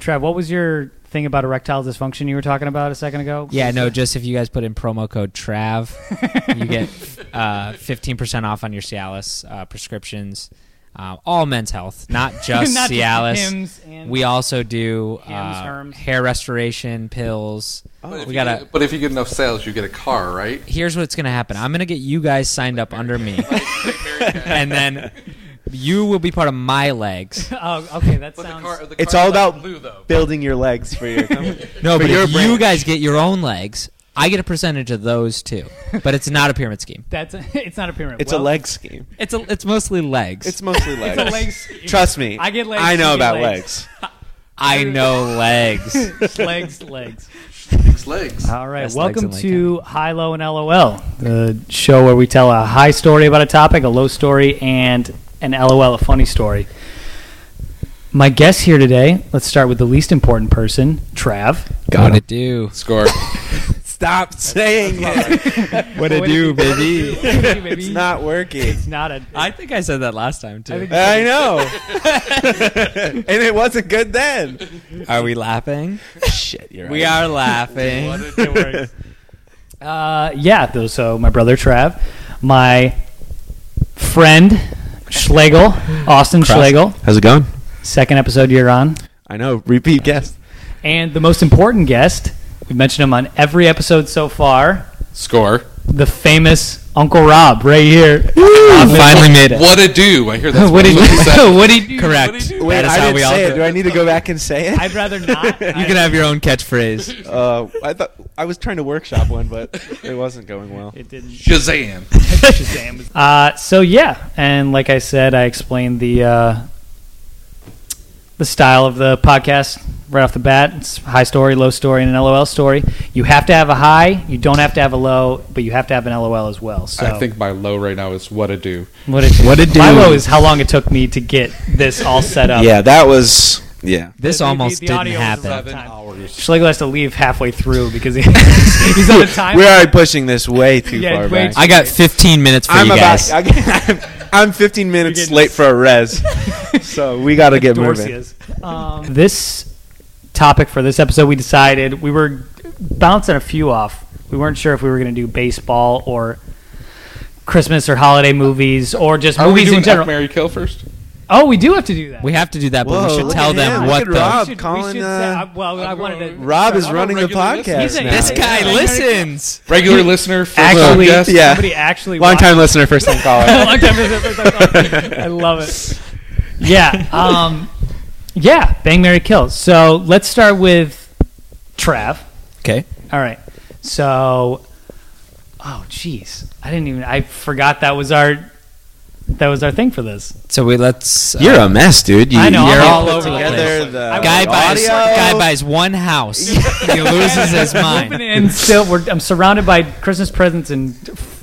Trav, what was your thing about erectile dysfunction you were talking about a second ago? Yeah, no, just if you guys put in promo code TRAV, you get uh, 15% off on your Cialis uh, prescriptions. Uh, all men's health, not just Not just Cialis. Hims and- we also do Hims, uh, Herms. hair restoration pills. But Oh, if we you got to get- But if you get enough sales, you get a car, right? here's what's going to happen. I'm going to get you guys signed up under me, and then you will be part of my legs. Oh, okay, that But the sounds. car, the It's car's all like about blue, though. building your legs for your company. No, For but your if you branch. guys get your own legs, I get a percentage of those too. But it's not a pyramid scheme. That's it's not a pyramid. It's Well, a leg scheme. It's a, it's mostly legs. It's mostly legs. It's a leg. scheme. Trust me. I get legs, I you know get about legs. legs. I know legs. legs, legs. It's legs. All right, Best welcome legs in Lake to High Low and LOL, the show where we tell a high story about a topic, a low story, and an LOL, a funny story. My guest here today. Let's start with the least important person, Trav. Gotta do. Score. Stop saying it. What What to it do, do, baby? It's not working. It's not a. I think I said that last time I too. think- I know. and it wasn't good then. Are we laughing? Shit, you're We are laughing. Uh, yeah, though. So my brother Trav, my friend Schlegel, Austin Schlegel. How's it going? Second episode you're on, I know. Repeat guest. and the most important guest. We've mentioned him on every episode so far. Score. the famous Uncle Rob right here. I finally made it. What a do! I hear that's what did what you? he said. what did you? What Correct. do you do? Wait, That is I how didn't we all say it. do Do I need to go back and say it? I'd rather not. You can have your own catchphrase. Uh, I thought I was trying to workshop one, but it wasn't going well. It didn't. Shazam! Uh, so yeah, and like I said, I explained the uh, the style of the podcast right off the bat. It's high story, low story, and an LOL story. You have to have a high. You don't have to have a low, but you have to have an LOL as well. So I think my low right now is what a do. what it, What it My do? low is how long it took me to get this all set up. Yeah, that was yeah. This The- the- almost the didn't audio was happen. rough. Seven Time. hours. Schlegel has to leave halfway through because he, he's on a time. We're already pushing this way too Yeah, far way back. too- I got 15 minutes for I'm you about. guys. I, am I'm 15 You're minutes getting- late for a res, so we got to get moving. Dorcias. Um, this topic for this episode, we decided we were bouncing a few off. We weren't sure if we were going to do baseball or Christmas or holiday movies or just Are we movies doing in general. F, Mary Kill first? oh, we do have to do that. we have to do that, but Whoa, we should look tell at them him. what Look the. at Rob we should, calling, say, uh, I- well, I wanted to. Rob is I'm a running the regular listener. podcast He's a- now. This guy Yeah. listens. Regular listener, first Actually, time guest. Yeah. somebody actually Long watched- time listener, first time caller. Long time listener, first time caller. I love it. Yeah. Um, yeah. Bang Mary Kill. So let's start with Trav. Okay. All right. So, oh, jeez, I didn't even. I forgot that was our that was our thing for this. So we let's. uh, a mess, dude. You, I know. you're I'm all put over the together place. the guy buys audio. guy buys one house. he loses his Moving mind. in, still, we're, I'm surrounded by Christmas presents and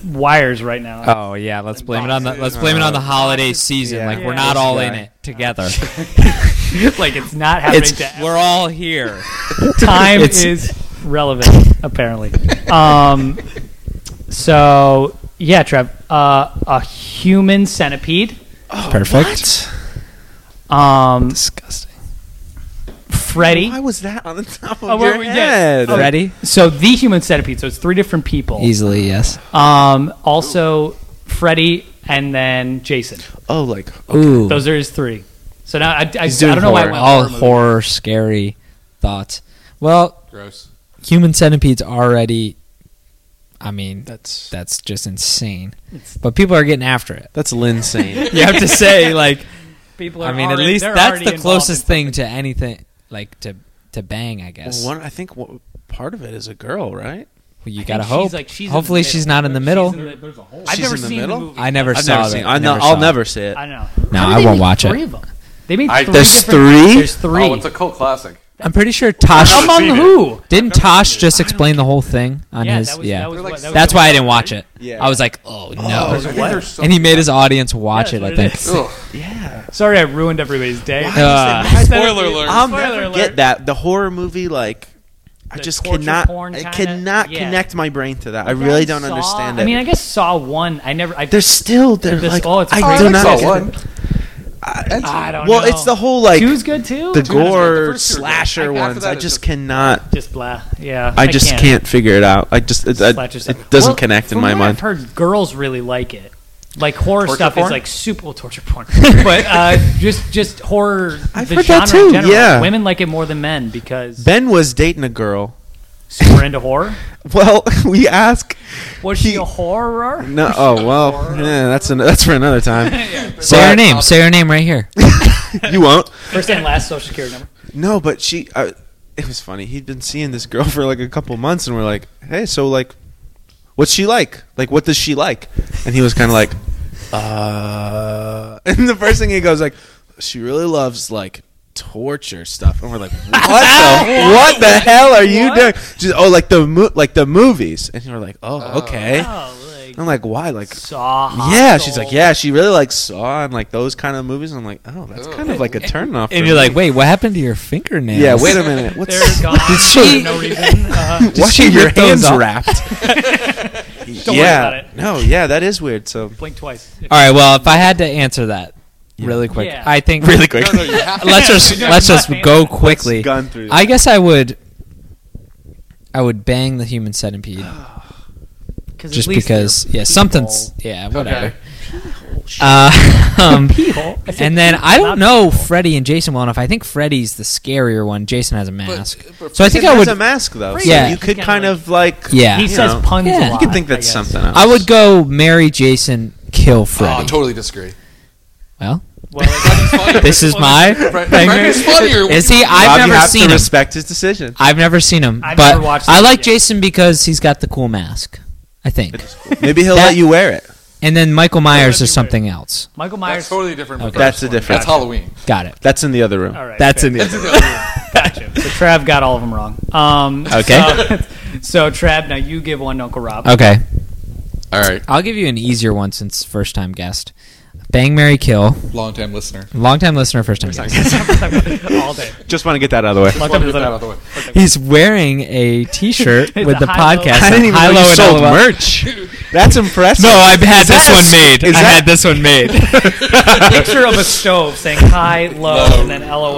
wires right now. Oh yeah, let's blame it on the let's blame it on the holiday season. Yeah. Like we're Yeah. not This all guy. in it together. like it's not happening. Oh. It's to we're all here. time It's- is relevant apparently um so yeah trev uh a human centipede Oh, Perfect. um Disgusting. freddy Why was that on the top of Oh, where your we- yeah. head? Oh, Ready? so the human centipede so it's three different people Easily, yes. um also freddy and then jason Oh, like Ooh. those are his three so now i, I, I don't know why I went all movies. horror, scary thoughts. Well, Gross. human centipedes already. I mean, that's that's just insane. But people are getting after it. that's Linsane. You have to say like people are I mean, at already- least they're that's already the involved closest in- thing to anything like to to bang. I guess. well, one, I think w- part of it is a girl, right? Well, you I gotta think she's, hope. like, she's in the Hopefully, middle. she's not in the middle. She's in the- There's a hole. i've She's never in the seen middle? the movie I never I've saw never it. seen. I I know, never I'll saw it. never see it. I know. No, How did I they won't make watch it. three Of them? They made I- three. There's different- three? There's three. Oh, it's a cult classic. I'm pretty sure Tosh. Among who? Didn't Tosh just explain the whole thing on Yeah, his? that was, yeah, That was, They're like what- that was that's what- why I didn't watch it. Yeah. I was like, oh no. I think there's some- and he made his audience watch Yeah, it. I that's what it think. is. Ugh. Yeah. Sorry, I ruined everybody's day. Uh, I said it- Spoiler alert. I'll Spoiler never alert. get that. The horror movie, like, I The just torture cannot, porn I kinda- cannot yeah. connect my brain to that. I Like, really don't Saw- understand it. I mean, I guess Saw one. I never. I they're still, they're There's- like, oh, it's I crazy. do I not saw get one. it. I, I don't well, know. it's the whole like two's good too. the the gore first two are good. slasher Like, half of ones. that I is just just- cannot. just blah. Yeah, I just can't. figure it out. I just it, I- Slasher stuff. it doesn't Well, connect in from my what mind. I've heard girls really like it. Like horror Torture stuff is porn? like super well, torture porn, but uh, just just horror. I've the heard genre that in too, general. yeah. women like it more than men because Ben was dating a girl. super into horror. Well, we ask. Was she a horror? No. Oh well. Yeah, that's an, that's for another time. Say her But- name. Say her name right here. You won't. First and last social security number. No, but she. Uh, it was funny. He'd been seeing this girl for like a couple months, and we're like, "Hey, so like, what's she like? Like, what does she like?" And he was kind of like, "Uh." And the first thing he goes like, "She really loves like." Torture stuff, and we're like, "What the? what the hell are you What? doing?" She's, oh, like the mo- like the movies, and we're like, "Oh, okay." Oh, like I'm like, "Why?" Like, saw. yeah. She's like, "Yeah." She really likes Saw and like those kind of movies. And I'm like, "Oh, that's kind of like a turnoff." for And you're me." like, wait, what happened to your fingernails? Yeah, wait a minute. What's They're gone she- for no reason. Uh, she washing your rip those hands off? wrapped? Don't worry yeah. about it. No, yeah, that is weird. So blink twice. All right. Well, if I had to answer that really quick, Yeah. I think really quick. No, no, you have to. let's just No, let's you're just not go answering. quickly. Gone through. I guess I would. I would bang the human centipede Cause at just least because, they're yeah, something's, people. yeah, Okay. whatever. Uh, um, People. I said and then I not don't know people. Freddy and Jason well enough. I think Freddy's the scarier one. Jason has a mask, but so I think I would. a mask though. so Yeah. you could Kinda kind like- of like. Yeah. He you says know, puns. Yeah. a You lot, could think I that's guess. something. Else. I would go marry Jason, kill Oh, I Freddy. totally disagree. Well, Well, it's- this is my. Fred- thing. Freddy's funnier. Is he? Bob, I've you never have seen to him. respect his decision. I've never seen him, I've but never watched I it like yet. Jason because he's got the cool mask. I think, Maybe he'll That- let you wear it. and then Michael Myers that'd is be something else. Michael That's Myers. totally different. from the That's first a one. different- That's Halloween. Got it. That's in the other room. All right, That's fair. in the. That's a different- Gotcha. So Trav got all of them wrong. Um, Okay. So, so Trav, now you give one to Uncle Rob. Okay, All right, I'll give you an easier one since first time guest. Bang, Mary, kill. long time listener. Long time listener, first time guest. all day. Just want to get that out of the way. Long Wanted time to get that out of listener. the way. He's wearing a T-shirt It's with a the high-low. podcast. I didn't even High know Low you and sold LOL. merch. That's impressive. No, I've had Is this that a one s- made. Is I that- had this one made. Picture of a stove saying high, low, Low, and then LOL,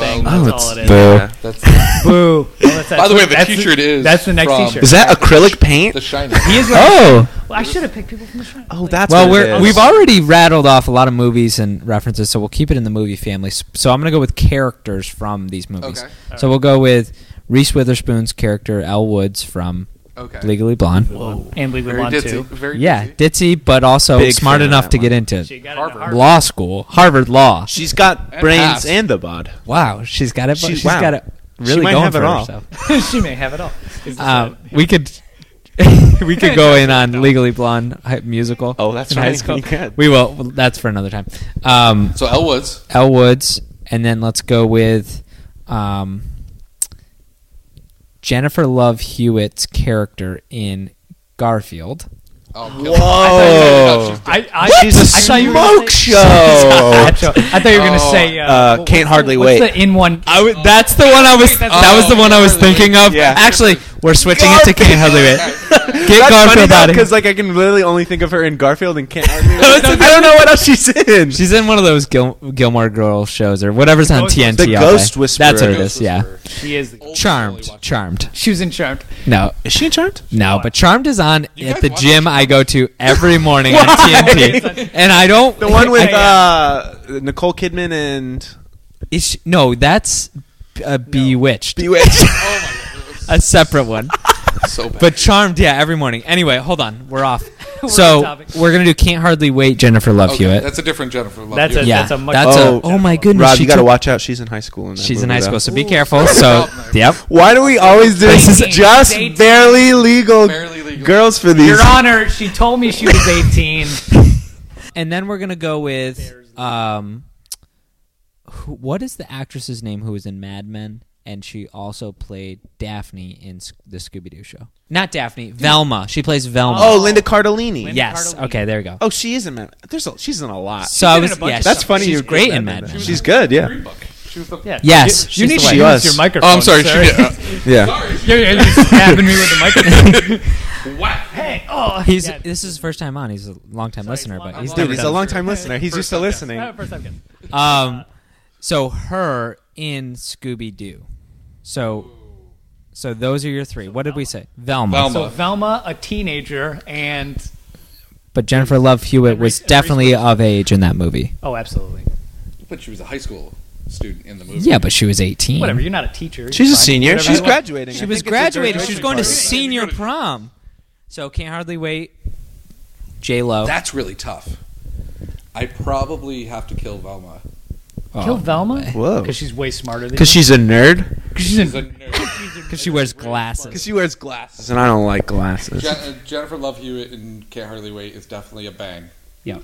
and thing. Oh, That's all it is. Yeah. That's, Boo. Well, that's- by the way, the that's T-shirt is That's the next from T-shirt. Is that acrylic paint? The Shining. He is right. Oh, Well, I should have picked people from the show. Oh, that's well, what it we're, is. we've already rattled off a lot of movies and references, so we'll keep it in the movie family. S- So I'm going to go with characters from these movies. Okay. So we'll go with Reese Witherspoon's character, Elle Woods from Okay. Legally Blonde. And Legally Very Blonde ditzy. too. Very Yeah, ditzy. ditzy, but also Big smart fan of enough that to get one. into She it. got Harvard. into Harvard. law school, Harvard Law. She's got And brains passed. and the bod. Wow, she's got it. She- she's wow. got it. She Really might going have for it all. herself. she may have it all. Is this Um, a- we could we could go in on Legally Blonde hy- musical. Oh, that's in right. high school. We could. We will. Well, that's for another time. Um, So Elle Woods. Elle Woods, and then let's go with um, Jennifer Love Hewitt's character in Garfield. Oh, Whoa. I, I, She's a I thought you were gonna smoke say- show. I thought you were gonna Oh. say uh, Uh, what- can't hardly what's wait. the in one? I Oh. w- that's the one I was. Wait, that's- that was the one I was Oh, thinking of. yeah. Actually, we're switching it to Can't Hardly Wait. Get That's funny Garfield though, out of here. because like I can literally only think of her in Garfield and can't. I mean, That's I don't know what else she's in. She's in one of those Gil- Gilmore Girl shows or whatever's on Ghost TNT. The all day. Ghost Whisperer. That's what it Ghost is. Yeah. She is. The, Charmed. Charmed. she was in Charmed. No. is she in Charmed? No, but Charmed is on You at guys the watch gym I go to every morning on TNT, and I don't. The one with Yeah, uh, Nicole Kidman and Is she- no, that's uh, Bewitched, Bewitched. Oh a separate one. So bad. But Charmed, yeah, every morning. Anyway, hold on, we're off. We're on so topic. we're gonna do Can't Hardly Wait, Jennifer Love Okay, Hewitt. That's a different Jennifer. Love That's Hewitt. a- yeah, that's much- that's Oh. a. Oh my goodness, Rob, she you got to took- watch out. She's in high school. In that She's in high movie, school, though. so be careful. So, yep. Why do we always do This this? is Is just dating. barely legal, Barely legal. girls for these. Your Honor, she told me she was 18. And then we're gonna go with um, who, what is the actress's name who was in Mad Men and she also played Daphne in S- the Scooby Doo show? Not Daphne, Velma. She plays Velma. Oh, Linda Cardellini. Linda- yes. Cardellini. Okay, there we go. Oh, she is in Mad. There's a, she's in a lot. so I been in was a bunch yeah, of That's she- funny. She's you're great in Mad Men. She's good. Yeah. Green Book. She was the. Yeah. Yes, You, you she's need the to use wife. your She Uh, was. microphone. Oh, I'm sorry. sir. She did. Yeah. Sorry. You're, you're just stabbing me with the microphone. Wow. hey, oh, Oh, He's yeah. this is his first time on. He's a long time Sorry, listener, it's but long- he's I'm Dude, never he's done a this. long time listener. He's First used to time. listening. Ah, first time good. Um, so her in Scooby Doo. So, so those are your three. what did we say? Velma. Velma. So Velma, a teenager, and But Jennifer Love Hewitt was Reese- Reese definitely of age in that movie. oh, absolutely. But she was a high school student in the movie. Yeah, but she was eighteen. Whatever. You're not a teacher. She's You're a fine. senior. Whatever She's you want. graduating. She I was think it's a graduating. She was going to party. senior prom. So can't hardly wait. J Lo. That's really tough. I probably have to kill Velma. Oh, Kill Velma. Whoa. Because she's way smarter than. Because she's a nerd. you. she's She's a in. nerd. because she wears glasses. Because she wears glasses, and I don't like glasses. Je- uh, Jennifer Love Hewitt and Can't Hardly Wait is definitely a bang. Yeah.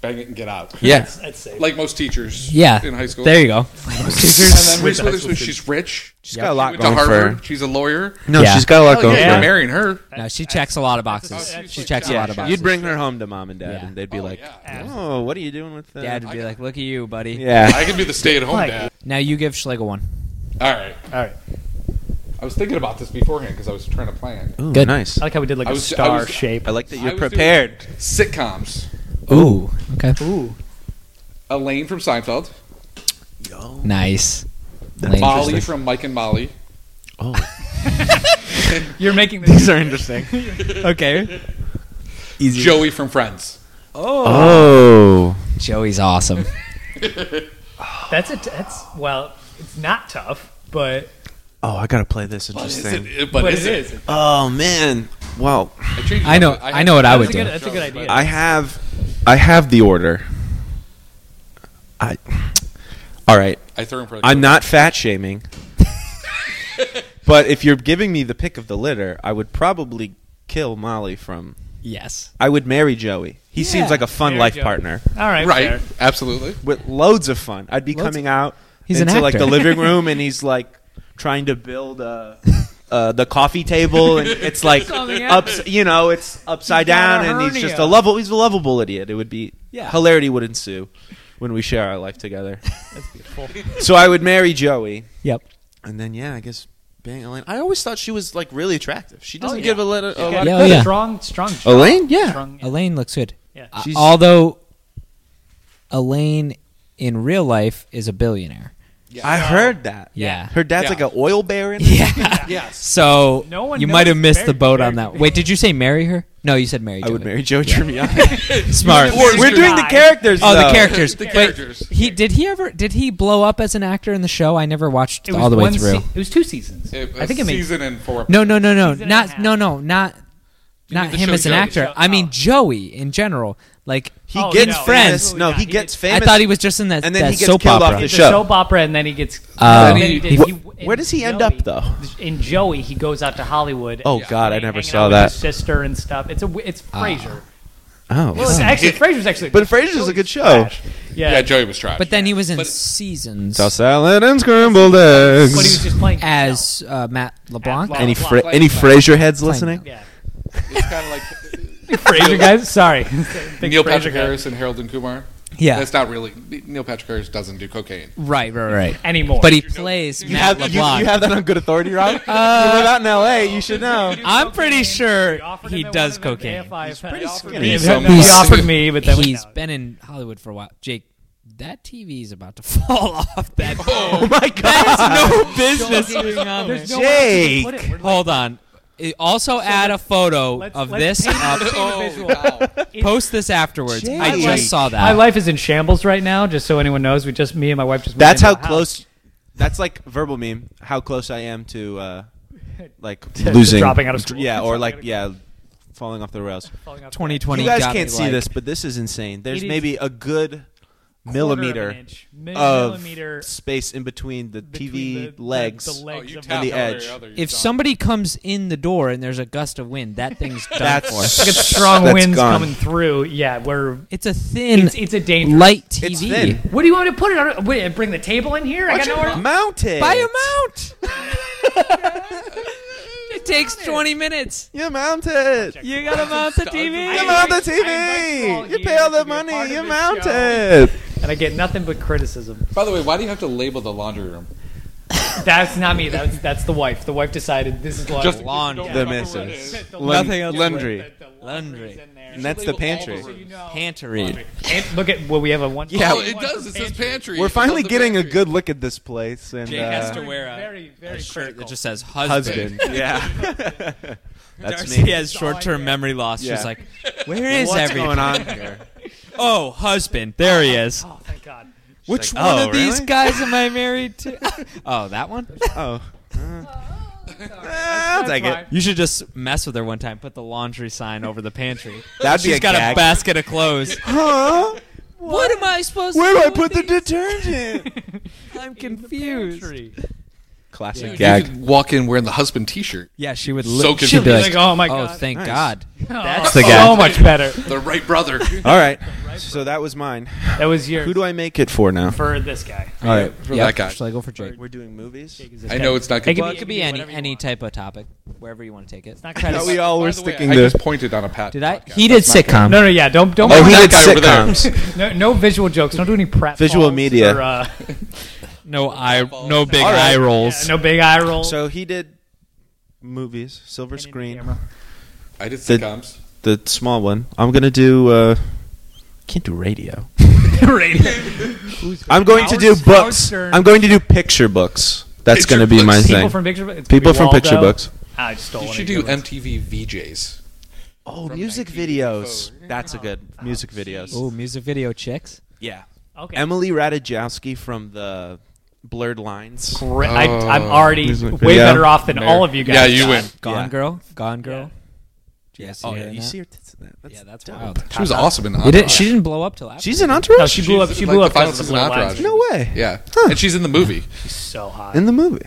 Bang it and get out. Yeah. I'd say. Like most teachers Yeah. in high school. There you go. and then Reese With high Witherspoon, school she's rich. She's got a lot Went to going for Harvard. her. She's a lawyer. No, Yeah. she's got a lot Hell going yeah, for yeah. her. marrying her. No, she checks a lot of boxes. that's- She checks a yeah, lot of she- boxes. You'd bring her home to mom and dad, Yeah. and they'd be Oh, like, yeah. "Oh, what are you doing with that?" Dad would be like, "Look at you, buddy." yeah, I can be the stay-at-home Like- dad. Now you give Schlegel one. All right. All right. I was thinking about this beforehand because I was trying to plan. Ooh, Good. nice. I like how we did like I a was- I star was- shape. I like that I you're was doing- prepared. Sitcoms. Ooh. Okay. Ooh. Elaine from Seinfeld. Nice. Lame. Molly from Mike and Molly. You're making These this. are interesting. Okay. Joey from Friends. oh, Joey's awesome. That's a. T- that's well. It's not tough, but oh, I gotta play this But is interesting. it? But, but is it it? is. Oh man, wow. I, changed it I know- up. I know what I would That's a do. good- That's a good idea. I have, I have the order. I, all right. I threw him for. The I'm not fat shaming, but if you're giving me the pick of the litter, I would probably kill Molly from. yes. I would marry Joey. He Yeah. seems like a fun Marry life Joey. partner All right. right. fair. Absolutely. with loads of fun. I'd be Loads- coming out He's an into like actor. the living room, and he's like trying to build a. Uh, the coffee table and it's like Something ups, you know, it's upside got down, a and he's just a hernia. lovable. He's a lovable idiot. It would be Yeah. hilarity would ensue when we share our life together. That's beautiful. so I would marry Joey. Yep. And then yeah, I guess Bang Elaine. I always thought she was like really attractive. She doesn't yeah. give a, lit- a lot. Okay, Yeah, Of- oh, yeah. Strong. Strong. strong, Elaine, Ah, yeah. Strong. yeah. Elaine looks good. Yeah. Uh, She's- although Elaine in real life is a billionaire. I heard that. Yeah. her dad's Yeah. like an oil baron. Yeah. Yes. So No one you knows might have he's missed the married. boat on Married. that. Wait, did you say marry her? No, you said marry. I would Joey. marry Joe Tribbiani. Smart. Or- We're doing the Guy. characters. Oh, the though. characters. The Wait, characters. he did he ever did he blow up as an actor in the show? I never watched It was all the way one through. se- it was two seasons. It- I think it made season and four. no, no, no, no, Season and a not half. no, no, not not mean the him show as an Joey? actor. Show- I mean oh. Joey in general. Like He Oh, gets no, famous. absolutely No, not. he He gets did- famous. I thought he was just in that, And then that he gets soap killed opera. off the It's show. a soap opera, and then he gets. Oh. and then he did- he- Wh- where in does he end up, though? In Joey, he goes out to Hollywood. Oh, and God, I like never hanging saw out with that. his sister and stuff. It's a w- it's Frasier. Oh, well, it's actually Frasier's actually. but Frasier's a good show. Yeah, Yeah, Joey was trash. But then he was in But- seasons So salad and scrambled eggs. but he was just playing as uh, Matt LeBlanc. Matt any Fla- Fra- Fla- any Fla- Frasier heads Fla- listening? Yeah, it's kind of like Frasier guys. Sorry, Big Neil Frasier Patrick guy. Harris and Harold and Kumar. Yeah. That's not really Neil Patrick Harris doesn't do cocaine. Right, right, right. anymore. But he plays Matt LeBlanc. that on good authority, Rob. you live out in L.A. You should know. I'm pretty sure They offered he him does one of them cocaine. AFI pretty They offered skinny. me- Some- He offered me, but then we- He's no. been in Hollywood for a while. Jake, that TV is about to fall off. That Oh my that is God. no business being on there. There's no one else to Jake. put it. We're like- Hold on. I- Also, add a photo let's- of let's this. paint up. the picture. Oh, Individual. wow. Post this afterwards. I Jake. just saw that. My life is in shambles right now. Just so anyone knows, we just me and my wife just. moved That's into how a house. close. That's like verbal meme. How close I am to uh, like To- to losing, dropping out of school. Yeah, or Dropping like out of- yeah, falling off the rails. Falling off the- 2020. You guys got can't me, see like- this, but this is insane. There's It is maybe a good quarter of an millimeter of, inch. Mi- millimeter space in between the between TV the- the- legs. the legs Oh, you of tap the all edge. your other- If somebody comes in the door and there's a gust of wind, that thing's done That's for. Like a strong that's winds gone. coming through. Yeah, we're It's a thin, it's, it's a dangerous. light TV. It's thin. What do you want me to put it on? Wait, bring the table in here. I got nowhere. to- Mount it. Buy a mount. it takes 20 minutes. You mount it. You gotta mount the I You am TV. mount the like- I'm like TV. small You here pay all to the be a part money. of You this mount show. it. And I get nothing but criticism. By the way, why do you have to label the laundry room? That's not me. That's that's the wife. The wife decided this is Just laundry. laundry. Don't The remember what it missus. is. Nothing else. Laundry. Laundry. And that's the pantry. So you know- Pantry. And look at well, we have a one. Yeah. oh, it does. It says pantry. We're It says finally the getting a pantry. good look at this place. And Jake uh, has to wear a, Very, very a shirt critical. that just says husband. husband. yeah. That's Darcy me. has short-term memory loss. Yeah. She's like, where is What's everything? going on here? Oh, husband. There he is. Oh, thank God. Which like, one "Oh, of these really?" guys am I married to? oh, that one? Oh. That's I'll take fine. it. You should just mess with her one time. Put the laundry sign over the pantry. That'd be She's a got gag. a basket of clothes. Huh? what am I supposed Where do I with put the these? detergent? I'm confused. Classic You gag. could walk in wearing the husband T-shirt. Yeah, she would. So Li- she'd be confused. Like, oh my oh, God. thank Nice. God. That's the guy. so much better. The right brother. All right. So that was mine. That was your Who do I make it for now? for this guy. All right. For Yeah, that guy. Should I go for Jake? We're doing movies. I know it's not Hey, good. give Well, me- it could be any whatever you any want. type of topic, wherever you want to take it. Not I kind thought of. Oh, we all were By the way, sticking I to. just pointed on a pat. Did I? podcast. He did That's not sitcom. No, no, yeah. Don't don't. Oh, he make- did guy over there. sitcoms. no, no visual jokes. Don't do any prep. Visual falls media. Or, uh, No eye, no big All right. eye yeah, rolls. no big eye roll. So he did movies, Silver Screen, good. I did The- sitcoms. the small one. I'm gonna do. uh Can't do radio. I'm going to do Howard- Howard books. Stern. I'm going to do picture books. That's Picture gonna be my books. people thing. from picture. It's People gonna from be picture Waldo. books. Ah, I just stole You one should of your do good ones. MTV VJs. Oh, From music 1984. videos. That's a good music videos. Oh, music video chicks. Yeah. Okay. Emily Ratajkowski from the Blurred Lines. Great. I, I'm Oh, already music way video. better off than all of you guys. Yeah, you God. win. Gone Yeah. Girl. Gone Girl. Yeah. Oh yeah, you see her tits in that. That's Yeah, that's dope. wild. She was awesome in Entourage. We didn't, she didn't blow up till after. She's an entourage. No, she blew up. She's She like blew the up final because of the season blue of lines. Entourage. No way. Yeah, Huh. and she's in the movie. She's so hot. In the movie.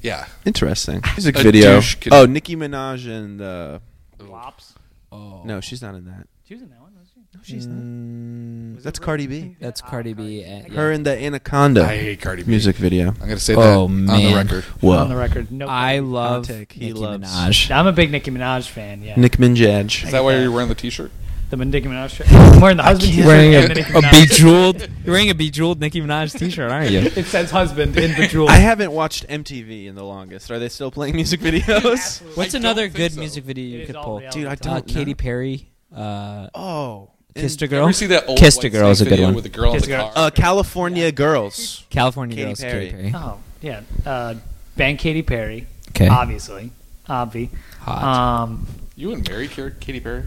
Yeah, Interesting. Music A video. douche could- Oh, Nicki Minaj and uh, Lops. Oh. no, she's not in that. She was in that one. wasn't she? No, Oh, she's not. Mm, That's Cardi B. that's Cardi B. and- yeah. Her and the Anaconda I hate Cardi B. music video. I'm gonna say that Oh, on the man. record. On the Whoa. record, no. I love take, he Nicki loves- Minaj. I'm a big Nicki Minaj fan. Yeah, Nick Is Minaj. that why you're wearing the T-shirt? the Nicki Minaj. Shirt. I'm wearing the husband can't- t-shirt Wearing and the Nicki a, a Minaj. bejeweled, you're wearing a bejeweled Nicki Minaj T-shirt, aren't you? It says husband in bejeweled. I haven't watched MTV in the longest. Are they still playing music videos? Absolutely. What's I don't another think good so. music video It you is could all pull? reality. Dude, I Uh, don't. Katy know. Perry, uh, Oh, Kissed a and- Girl, Ever see that old Kissed a White Girl is a Snake good video one. with the girl in Kissed the a Girl. car? Uh, California Girls. California Katy Girls, Perry. Katy Perry. Oh yeah, uh, bang Katy Perry. Okay, Obviously, obvi. hot. Um, you and Mary Car- Katy Perry.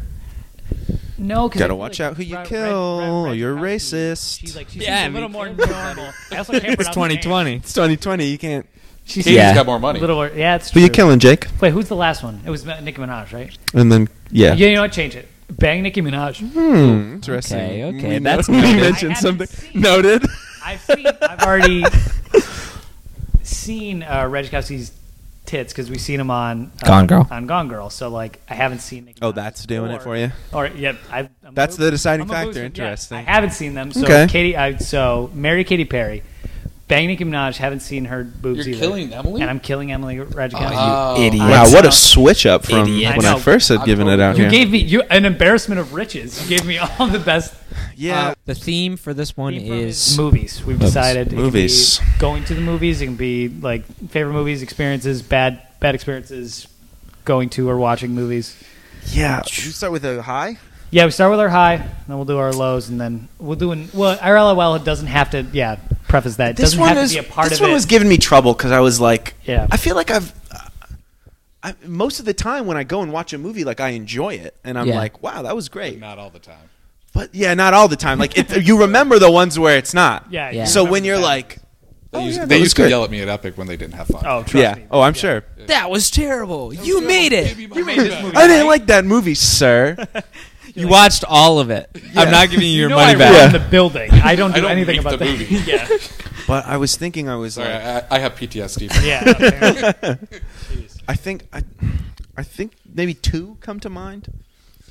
no, 'cause I Gotta feel watch like out who you Red- Red- kill, Red- Red you're Rocks is- racist. She's like she's Yeah, I a little mean, more normal. I also can't it's pronounce her name. 2020. It's 2020. You can't. She's Katie's Yeah. got more money. Little, yeah, it's Who true. you killing, Jake? Wait, who's the last one? It was Ma- Nicki Minaj, right? And then yeah. You know what? Change it. Bang Nicki Minaj. Hmm. Interesting. Okay, okay, We that's know- we noted. I mentioned haven't something. seen- Noted. I've seen. I've already seen uh, Reg Kowski's tits because we've seen him on uh, Gone Girl. On Gone Girl. So like, I haven't seen. Nicki Oh, Minaj that's doing it before. for you. Or yeah, I, I'm That's a- the deciding I'm a factor. loser, yeah. Interesting. I haven't seen them. So Okay. Katie, I, so Mary Katy Perry, Bang Nicki Minaj. Haven't seen her boobs You're either. killing Emily. and I'm killing Emily Ratajkowski. Oh. idiot. Wow, Yes. what a switch up from Idiot. when I I know. first had given it out you here. gave me you an embarrassment of riches. You gave me all the best yeah. Uh, the theme for this one Theme for is movies. We've decided it can be Movies. going to the movies. It can be like favorite movies, experiences, bad bad experiences, going to or watching movies. yeah. Should we start with a high? Yeah, we start with our high, then we'll do our lows, and then we'll do an well. Our LOL doesn't have to. Yeah, preface that. It doesn't have to be a part this of one it. was giving me trouble because I was like, Yeah. I feel like I've. uh, I, most of the time when I go and watch a movie, like I enjoy it, and I'm Yeah. like, "Wow, that was great." Not all the time. But yeah, not all the time. Like it, you remember the ones where it's not. yeah, Yeah. you So remember when you're that. like, They Oh, used, yeah, they that was used to good. yell at me at Epic when they didn't have fun. oh, trust yeah, me. oh, I'm Yeah. sure. that was terrible. You made it. you made this movie. I didn't like that movie, sir. You watched all of it. I'm not giving you your You know I money run back. the building. I don't do I don't anything make about the that. movie. yeah, but I was thinking, I was Sorry, like, I, I have PTSD. From yeah. apparently. I think I, I think maybe two come to mind.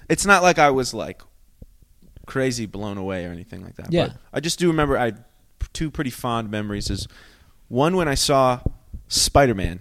It's not like I was like crazy blown away or anything like that. Yeah. But I just do remember I had two pretty fond memories is one when I saw Spider-Man,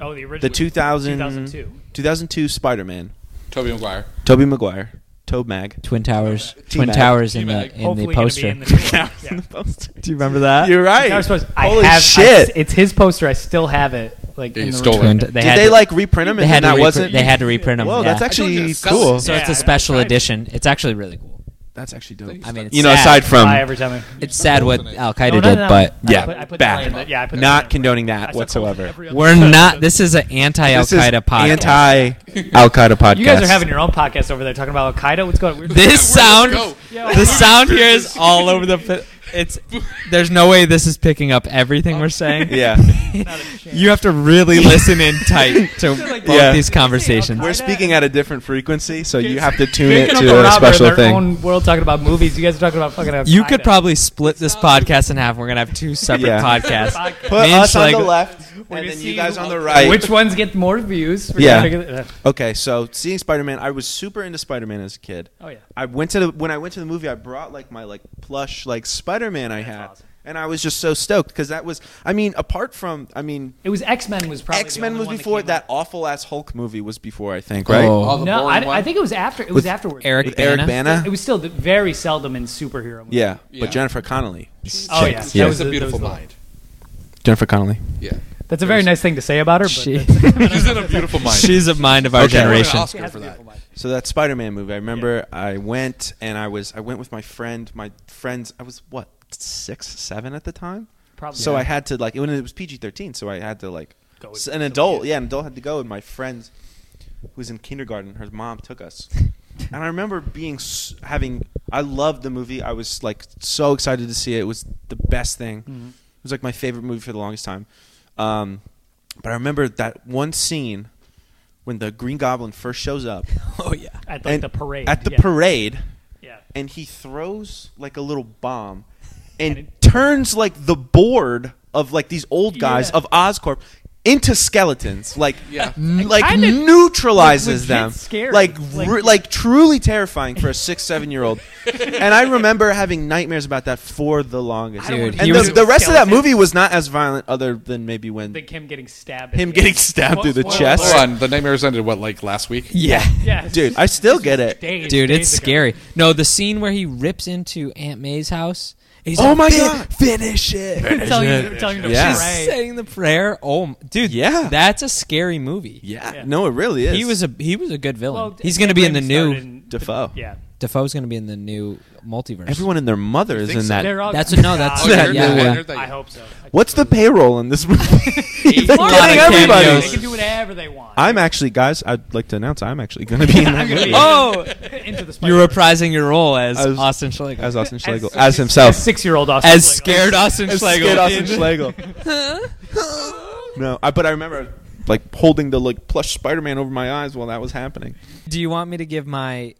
Oh, the original. the 2000, 2002. 2002 Spider-Man, Toby Maguire. Tobey Maguire. Toe Mag. Twin Towers, Teabag. Twin Towers in the Teabag. in the Hopefully gonna be poster. in the- yeah. Do you remember that? You're I right. was supposed- I Holy have- I shit! s- it's his poster. I still have it. Like Yeah, in you the stole room. it. Twin, they Did had they to, like reprint them they and had that to reprint- wasn't? they had to reprint them. Whoa, yeah. that's actually sell it. cool. so it's Yeah, a special that's right. edition. It's actually really cool. That's actually dope. I mean, it's You know, sad. aside from Buy every time. I- it's sad what Al Qaeda No, no, no, did, no. but I yeah, put- I put back. the light in the- yeah, I put the light in not the- condoning I that still call it whatsoever. every other we're episode. not. This is an anti Al Qaeda podcast. Anti Al Qaeda podcast. You guys are having your own podcast over there talking about Al Qaeda. What's going? on? We're- this Where does it sound go? Yeah, the where- sound here is all over the pla- it's there's no way this is picking up everything we're saying Yeah. Not a chance. you have to really listen in tight to both Yeah. these conversations We're Al-Qaeda. speaking at a different frequency, so you have to tune Jake it and Uncle to a Rob are in special their thing. own world talking about movies. You guys are talking about fucking. Al you could Qaeda. probably split this podcast in half we're gonna have two separate Yeah. podcasts Podcast. Put Me and us on the Schlegel- left, and We're then gonna you see guys who- on the right. Which ones get more views? We're Yeah. gonna figure that- Okay, so seeing Spider Man, I was super into Spider Man as a kid. Oh yeah. I went to the, when I went to the movie, I brought like my like plush like Spider Man I had, awesome. and I was just so stoked because that was I mean apart from I mean It was X Men was probably the X Men only was one that before came that out. awful ass Hulk movie was before I think right Oh. All the No, boring I, I ones. think it was after. It was With afterwards. Eric Eric Bana? Bana It was still th- very seldom in superhero. Movies. yeah, Yeah. but Jennifer Connelly Oh yeah. Yeah. That It's was a the- beautiful that was the- mind. Jennifer Connelly Yeah. That's a very nice thing to say about her. But She- that's- She's in a beautiful mind. she's a mind of our Okay. generation Won an she Oscar has a for that. beautiful mind. so that Spider Man movie I remember I went and I was I went with my friend my friends I was what six seven at the time Probably. So I had to like when it was PG thirteen, so I had to like Go with s- an adult, yeah, an adult had to go, and my friends who was in kindergarten, her mom took us, and I remember being s- having I loved the movie. I was like so excited to see it. It was the best thing. Mm-hmm. It was like my favorite movie for the longest time. Um, but I remember that one scene when the Green Goblin first shows up oh yeah at like and- the parade. At the yeah. parade, Yeah. and he throws like a little bomb and, And it- turns like the board of like these old guys Yeah. of Oscorp into skeletons like Yeah. like Kinda, neutralizes like, legit them scary. like Like- re- like truly terrifying for a 6 7 year old and i remember having nightmares about that for the longest I don't Dude, want to he and hear the, was- about the rest of that skeletons. movie was not as violent other than maybe when Like him getting stabbed. Him at the getting end. stabbed through the Spoiler chest. alert. Hold on. The nightmares ended what like last week. yeah Yeah. dude i still get it Days- dude it's days ago. scary no the scene where he rips into Aunt May's house he's Oh like, my "Fin- God." finish it Telling you, telling you to Yeah. She's pray. saying the prayer. Oh, m- dude, Yeah. that's a scary movie. yeah, Yeah. no it really is He was a he was a good villain. Well, He's going to be in the Abrams new started in- Defoe. Yeah. Defoe's going to be in the new multiverse. everyone and their mother is think in so? that They're all- That's no, that's Oh, you heard yeah, that? yeah. I heard that. I hope so. I What's the payroll in this movie? He's They're smart. getting Lot of everybody. cameos. They can do whatever they want. I'm actually, guys. I'd like to announce I'm actually going to be in that I'm gonna movie be- Oh, into the you're Spider-Man. reprising your role as As- Austin Schlegel, as as, Austin Schlegel, as, As himself, six-year-old Austin. Schlegel. scared Austin As Schlegel. scared Austin in- Schlegel. no, I, but I remember like holding the like plush Spider-Man over my eyes while that was happening. Do you want me to give my?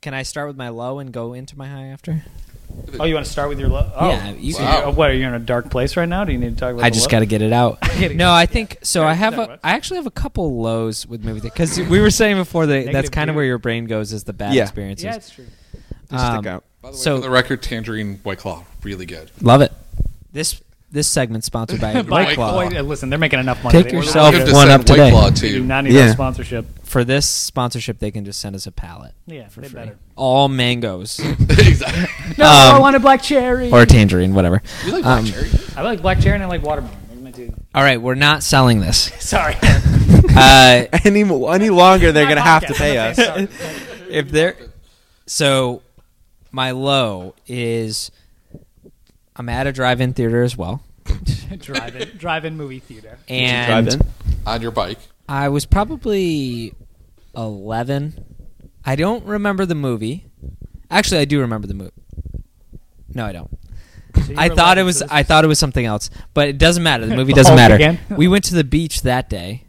Can I start with my low and go into my high after? Oh, you want to start with your love? Oh. Yeah, you So can- you're- What are you in a dark place right now? Do you need to talk about? I the just low? got to get it out. Get it no, out, I think so. Yeah, I have that works. a, I actually have a couple lows with movie because we were saying before that that's Negative kind of view. where your brain goes is the bad Yeah. experiences. Yeah, it's true. Just Um, stick out. By the way, So- for the record, Tangerine White Claw, really good. Love it. This this segment sponsored by White Mike, Claw. Boy, listen, they're making enough money. Take They- yourself they Good to Oh, one send up White today. Claw do too. not need Yeah. that sponsorship. For this sponsorship, they can just send us a pallet. Yeah, for they free. better. All mangoes exactly. No, Um, I want a black cherry. or tangerine, whatever. You like Um, Black Cherry? I like black cherry and I like watermelon. Those are my two. All right, we're not selling this. Sorry. Uh, Any mo- any longer, they're going to have to Podcast. pay I'm us. sorry. if they're so, my low is I'm at a drive-in theater as well, drive-in, drive-in movie theater. and Drive-in? On your bike. I was probably 11. I don't remember the movie. Actually, I do remember the movie. No, I don't. So you I were thought allowed it was to- I thought it was something else, but it doesn't matter. The movie The doesn't Hulk matter. again? We went to the beach that day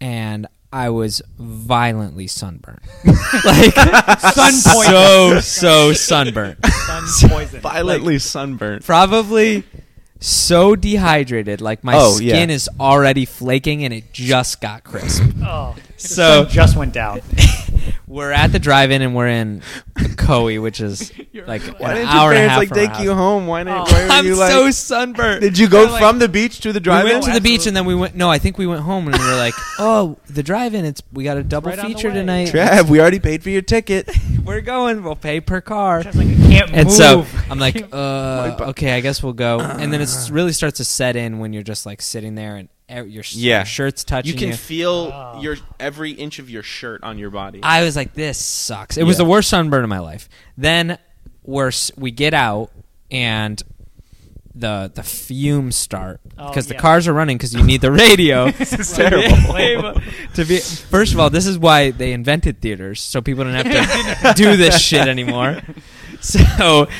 and I was violently sunburned. like Sun so so sunburned. sun poison. Violently sunburned. Probably so dehydrated like my Oh, yeah. skin is already flaking and it just got crisp. Oh, So so just went down. we're at the drive-in and we're in Coe, which is like an Why didn't hour your and a parents half like from our take you house. home? Why didn't? Oh. Why were I'm you like? so sunburned. did you go We're like- from the beach to the We drive-in? went to the beach Absolutely. and then we went. No, I think we went home and we were like, "Oh, the drive-in. It's we got a double right on the feature way. tonight. Trav, we already paid for your ticket. We're going. We'll pay per car." Just like, I can't And move. so I'm like, uh, okay, I guess we'll go. And then it really starts to set in when you're just like sitting there and e- your, sh- Yeah. your shirt's touching You can feel Oh. your every inch of your shirt on your body. I was like, this sucks. It was Yeah. the worst sunburn of my life. Then worse, we get out and the the fumes start Oh, because the yeah. cars are running because you need the radio. This is terrible. to be first of all, this is why they invented theaters so people don't have to do this shit anymore. So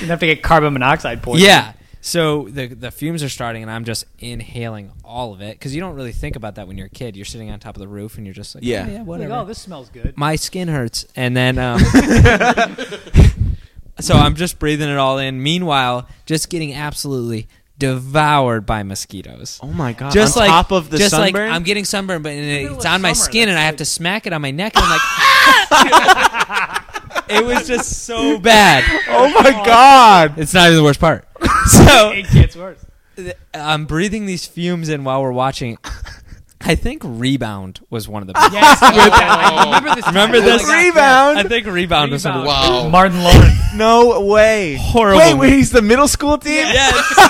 you have to get carbon monoxide poisoning. yeah. So the the fumes are starting, and I'm just inhaling all of it because you don't really think about that when you're a kid. You're sitting on top of the roof, and you're just like, Yeah. yeah, yeah, Like, whatever. oh, this smells good. My skin hurts, and then um, so I'm just breathing it all in. Meanwhile, just getting absolutely devoured by mosquitoes. Oh my god! Just on like top of the just sunburn. like I'm getting sunburned, but and middle it's of on my summer, skin, and that's I have like- to smack it on my neck, and I'm like, "Ah!" it was just so bad. oh my god! It's not even the worst part. So It gets worse. th- I'm breathing these fumes in while we're watching. I think Rebound was one of the best. Yes, I remember this. Remember title. this? Oh my God, I Rebound? think Rebound was one of the Rebound. Wow. Martin Lawrence. No way! Horrible. Wait, wait, he's the middle school team. Yes. I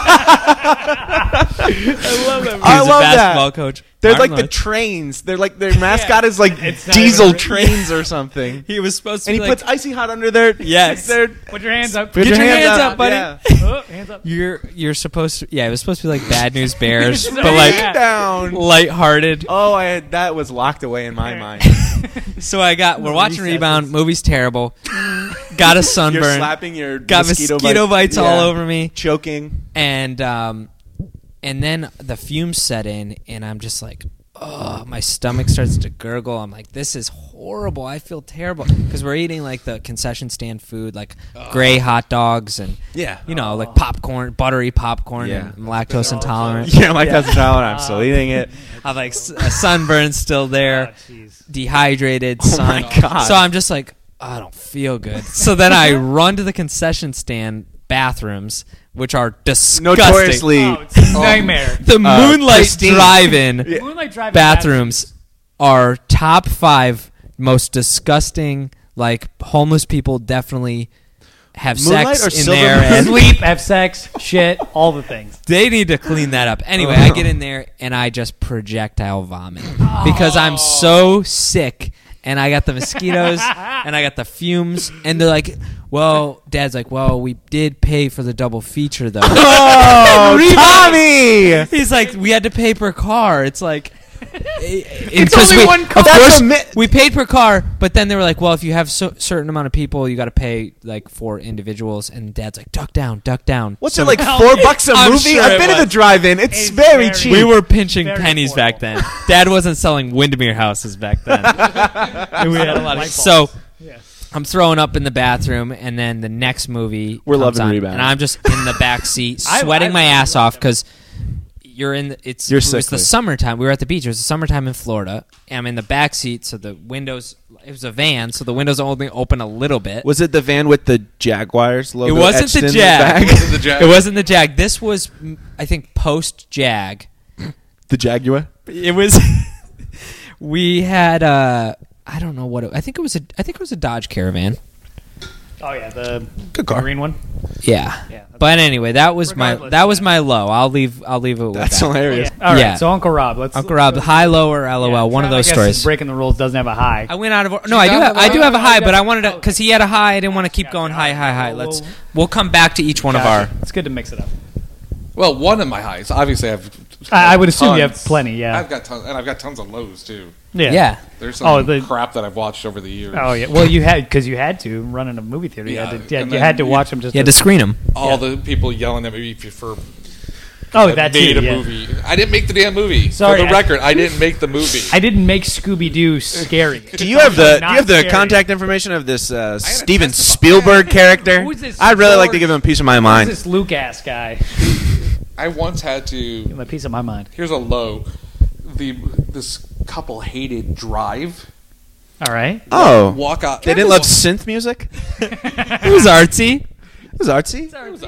love that. I He's love a that. basketball coach. They're Martin like the Lewis. trains. They're like their mascot is like It's not diesel even- trains or something. he was supposed to And he be like, puts icy hot under their Yes. Their, Put your hands up. Put your hands up, buddy. Yeah. Oh, hands up. you're you're supposed to yeah, it was supposed to be like Bad News Bears, So but like bad. down. lighthearted. Oh, I had, that was locked away in my mind. So I got we're watching Recesses. Rebound, movie's terrible. got a You're sunburn. slapping your got mosquito, mosquito, bite- bites yeah. all over me. choking. and um, and then the fumes set in, and I'm just like, oh, my stomach starts to gurgle. I'm like, this is horrible. I feel terrible because we're eating like the concession stand food, like gray hot dogs and Yeah. you know, like popcorn, buttery popcorn, Oh. and Yeah. I'm lactose intolerant. Yeah, my cousin Tyler, I'm still eating it. I have like s- a sunburn still there, Oh, jeez. dehydrated. Oh sun. my God. So I'm just like, "Oh, I don't feel good. so then I run to the concession stand bathrooms, which are disgusting. Notoriously. Oh, it's Um, a nightmare. The Uh, Moonlight pristine. Drive-In Yeah. Moonlight Drive bathrooms are top five most disgusting. Like homeless people definitely have Moonlight or sex in Silver there, Moon? and Sleep, have sex, shit, all the things. they need to clean that up. Anyway, I get in there and I just projectile vomit because I'm so sick. And I got the mosquitoes and I got the fumes. And they're like, well, dad's like, well, we did pay for the double feature though. Oh, Tommy! He's like, we had to pay per car. It's like, it's only one car. Of course, That's a mi- we paid per car, but then they were like, well, if you have so certain amount of people, you got to pay like for individuals. And Dad's like, duck down, duck down. What's So it like? Well, Four bucks a I'm movie? sure I've it been to was. the drive-in. It's, It's very, very- cheap. We were pinching Very pennies back then. affordable. Dad wasn't selling Windermere houses back then. we had a lot of Light bulbs. so. Yeah. I'm throwing up in the bathroom, and then the next movie We're comes loving on, Rebound. and I'm just in the back seat, I- sweating I my love ass Rebound. off because you're in. The, it's You're it was sickly. the summertime. We were at the beach. It was the summertime in Florida. and I'm in the back seat, so the windows. It was a van, so the windows only open a little bit. Was it the van with the Jaguars logo? It wasn't etched the in It Jag. back? wasn't the Jag. it wasn't the Jag. This was, mm, I think, post Jag. the Jaguar. It was. we had. uh I don't know what it, I think it was a I think it was a Dodge Caravan. Oh yeah, the Good car. green one. Yeah. Yeah, that's- but anyway, that was my Regardless, that was yeah. my low. I'll leave I'll leave it with That's that. hilarious. All right, Yeah. so Uncle Rob, let's Uncle Rob, high, low, or LOL. Yeah, one of Trav, I those guess, stories. is breaking the rules doesn't have a high. I went out of order. No, I do got have the I do low? have a high, Oh, but I wanted to okay. because he had a high. I didn't want to keep Yeah, going yeah, high, high, yeah, high. we'll- Let's we'll come back to each one of our. Gotcha. It's good to mix it up. Well, one of my highs. Obviously, I have. I- I would assume you tons. have plenty, yeah. I've got tons, and I've got tons of lows too. Yeah. Yeah. There's some Oh, the- crap that I've watched over the years. Oh yeah. Well, you had because you had to run in a movie theater. Yeah, you had to, yeah, and you then had to you- watch them just. You had to- to screen him. All the people yelling at me for oh, I that too. made a yeah. movie. I didn't make the damn movie. Sorry, for the I- record, I didn't make the movie. I didn't make Scooby Doo scary. Do you have the Do Not you have the scary. contact information of this uh, gotta Steven testify. Spielberg character? Who is this I'd really like to George- give him a piece of my Who's mind. this Luke ass guy? I once had to Give him a piece of my mind. here's a low. The this couple hated Drive. All right. Oh, Walk out. they didn't love synth music. It was artsy. It was artsy. Ryan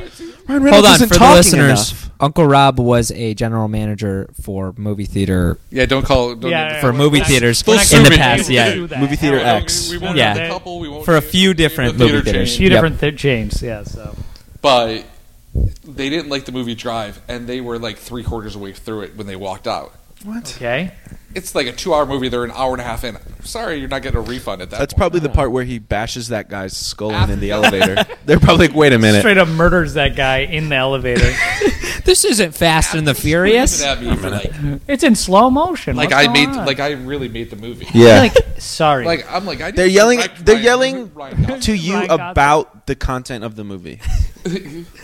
Hold Reynolds on isn't for the talking listeners. enough. Uncle Rob was a general manager for movie theater Yeah, don't call. Don't Yeah, yeah, for we're- movie we're not- theaters we're not in the gonna past. do Yeah, that. Movie theater X. We won't Yeah. name the couple, we won't For a name- few name the different theater movie theaters. chain. Few Yep. different th- James. Yeah. So. But they didn't like the movie Drive, and they were like three quarters of the way through it when they walked out. What? Okay. It's like a two-hour movie. They're an hour and a half in. Sorry, you're not getting a refund at that. That's point. probably the part where he bashes that guy's skull in in the elevator. They're probably like, wait a minute. Straight up murders that guy in the elevator. this isn't Fast and the Furious. At me for like, it's in slow motion. like What's I made, going on? like I really made the movie. Yeah. Like, sorry. Like I'm like I they're didn't yelling. direct They're Ryan- yelling Ryan Gosling. to you Ryan uh, Gosling. about the content of the movie.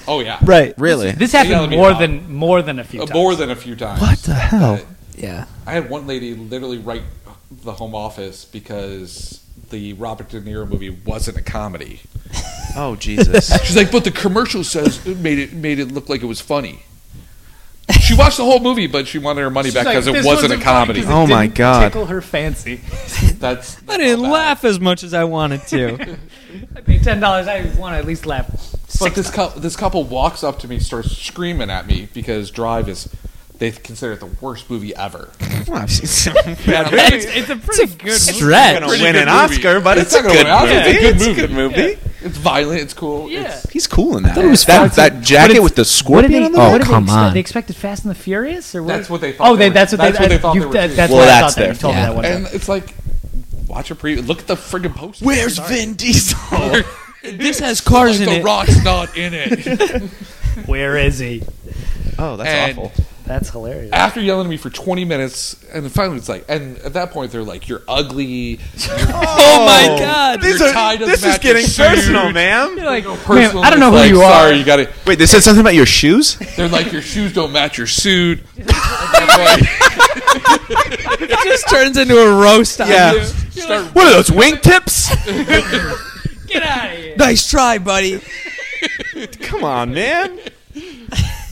Oh yeah, Right. Really. this Yeah, happened that'd be more odd. than more than a few Uh, times. more than a few times. what the hell? Yeah, I had one lady literally write the Home Office because the Robert De Niro movie wasn't a comedy. Oh Jesus. She's like, but the commercial says it made it made it look like it was funny. She watched the whole movie, but she wanted her money back because it wasn't a comedy. Oh, my God. Tickle her fancy. That's, I didn't how bad. laugh as much as I wanted to. I paid ten dollars. I want to at least laugh. But Six this couple, this couple walks up to me, starts screaming at me because Drive is they consider it the worst movie ever. it's, It's it's a pretty good. Stretch. Pretty win good an movie. Oscar, but It's it's, not a, gonna good win an Oscar. It's a good movie. It's a good movie. movie. It's violent. It's cool. Yeah. It's, He's cool in that. thought it was that, Fast that jacket But with the What did they? scorpion on the what Oh, did they come expect? on. They expected Fast and the Furious, or what? That's what they thought Oh, they they, were- that's what that's they, what they I- thought you- they were that- doing. That's Well, what I that's thought that. their- You told yeah. me that one. and time. it's like watch a preview. Look at the friggin' poster. Where's Sorry. Vin Diesel? This has cars like in the it. Rock's not in it. Where is he? oh, that's And- awful. That's hilarious. After yelling at me for 20 minutes, and finally it's like, and at that point they're like, "You're ugly." Oh my God! These You're are- tied to the this is mattress getting suit. personal, ma'am. You're like, No man, personal. I don't know who It's you like, are. Sorry, you got it. Wait, they said something about your shoes. They're like, "Your shoes don't match your suit." And that's why It just turns into a roast on Yeah. you. you start What are those wingtips? Get out of here. Nice try, buddy. Come on, man.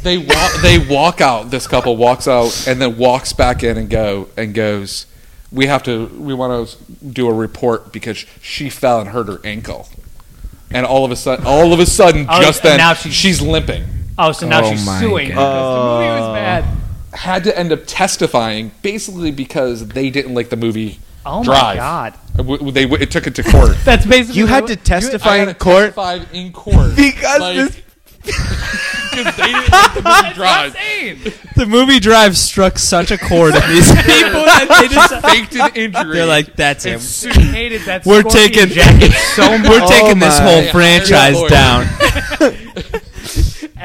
They walk. they walk out. This couple walks out and then walks back in and go and goes. We have to. We want to do a report because she fell and hurt her ankle. And all of a sudden, all of a sudden, Oh, just and then, now she's- she's limping. Oh, so now Oh she's my suing God. because the movie was bad. Had to end up testifying basically because they didn't like the movie. Oh my Drive. god. W- w- They w- it took it to court. That's basically You had what- to I testify had in to court. testify in court Because this- because they didn't like the movie Drive. Insane. The movie Drive struck such a chord in these people that they just Faked an injury. they're like, "That's him. Hated that We're scorpion taking jacket so much. we're taking this my. whole Yeah, franchise lawyer. down."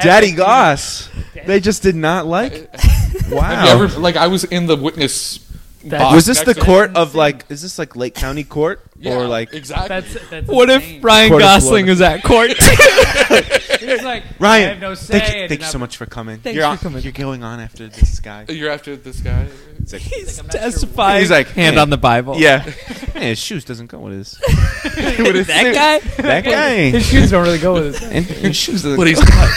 Daddy Goss. They just did not like. Have you Wow. ever- like I was in the witness. That- box Was this next the to him. court of like? Is this like Lake County Court or like exactly? That's, that's What if insane. Ryan Court of Gosling Florida. was at court? He's like, I have Ryan? no say. thank I you, did thank you not- so much for coming. Thanks you're for on- coming. You're going on after this guy. You're after this guy. He's not sure testifying. He's like, hand "Hey." on the Bible. Yeah. Man, his shoes doesn't go with his. with his suit. that guy. That guy. His shoes don't really go with his. And his shoes doesn't But he's. go-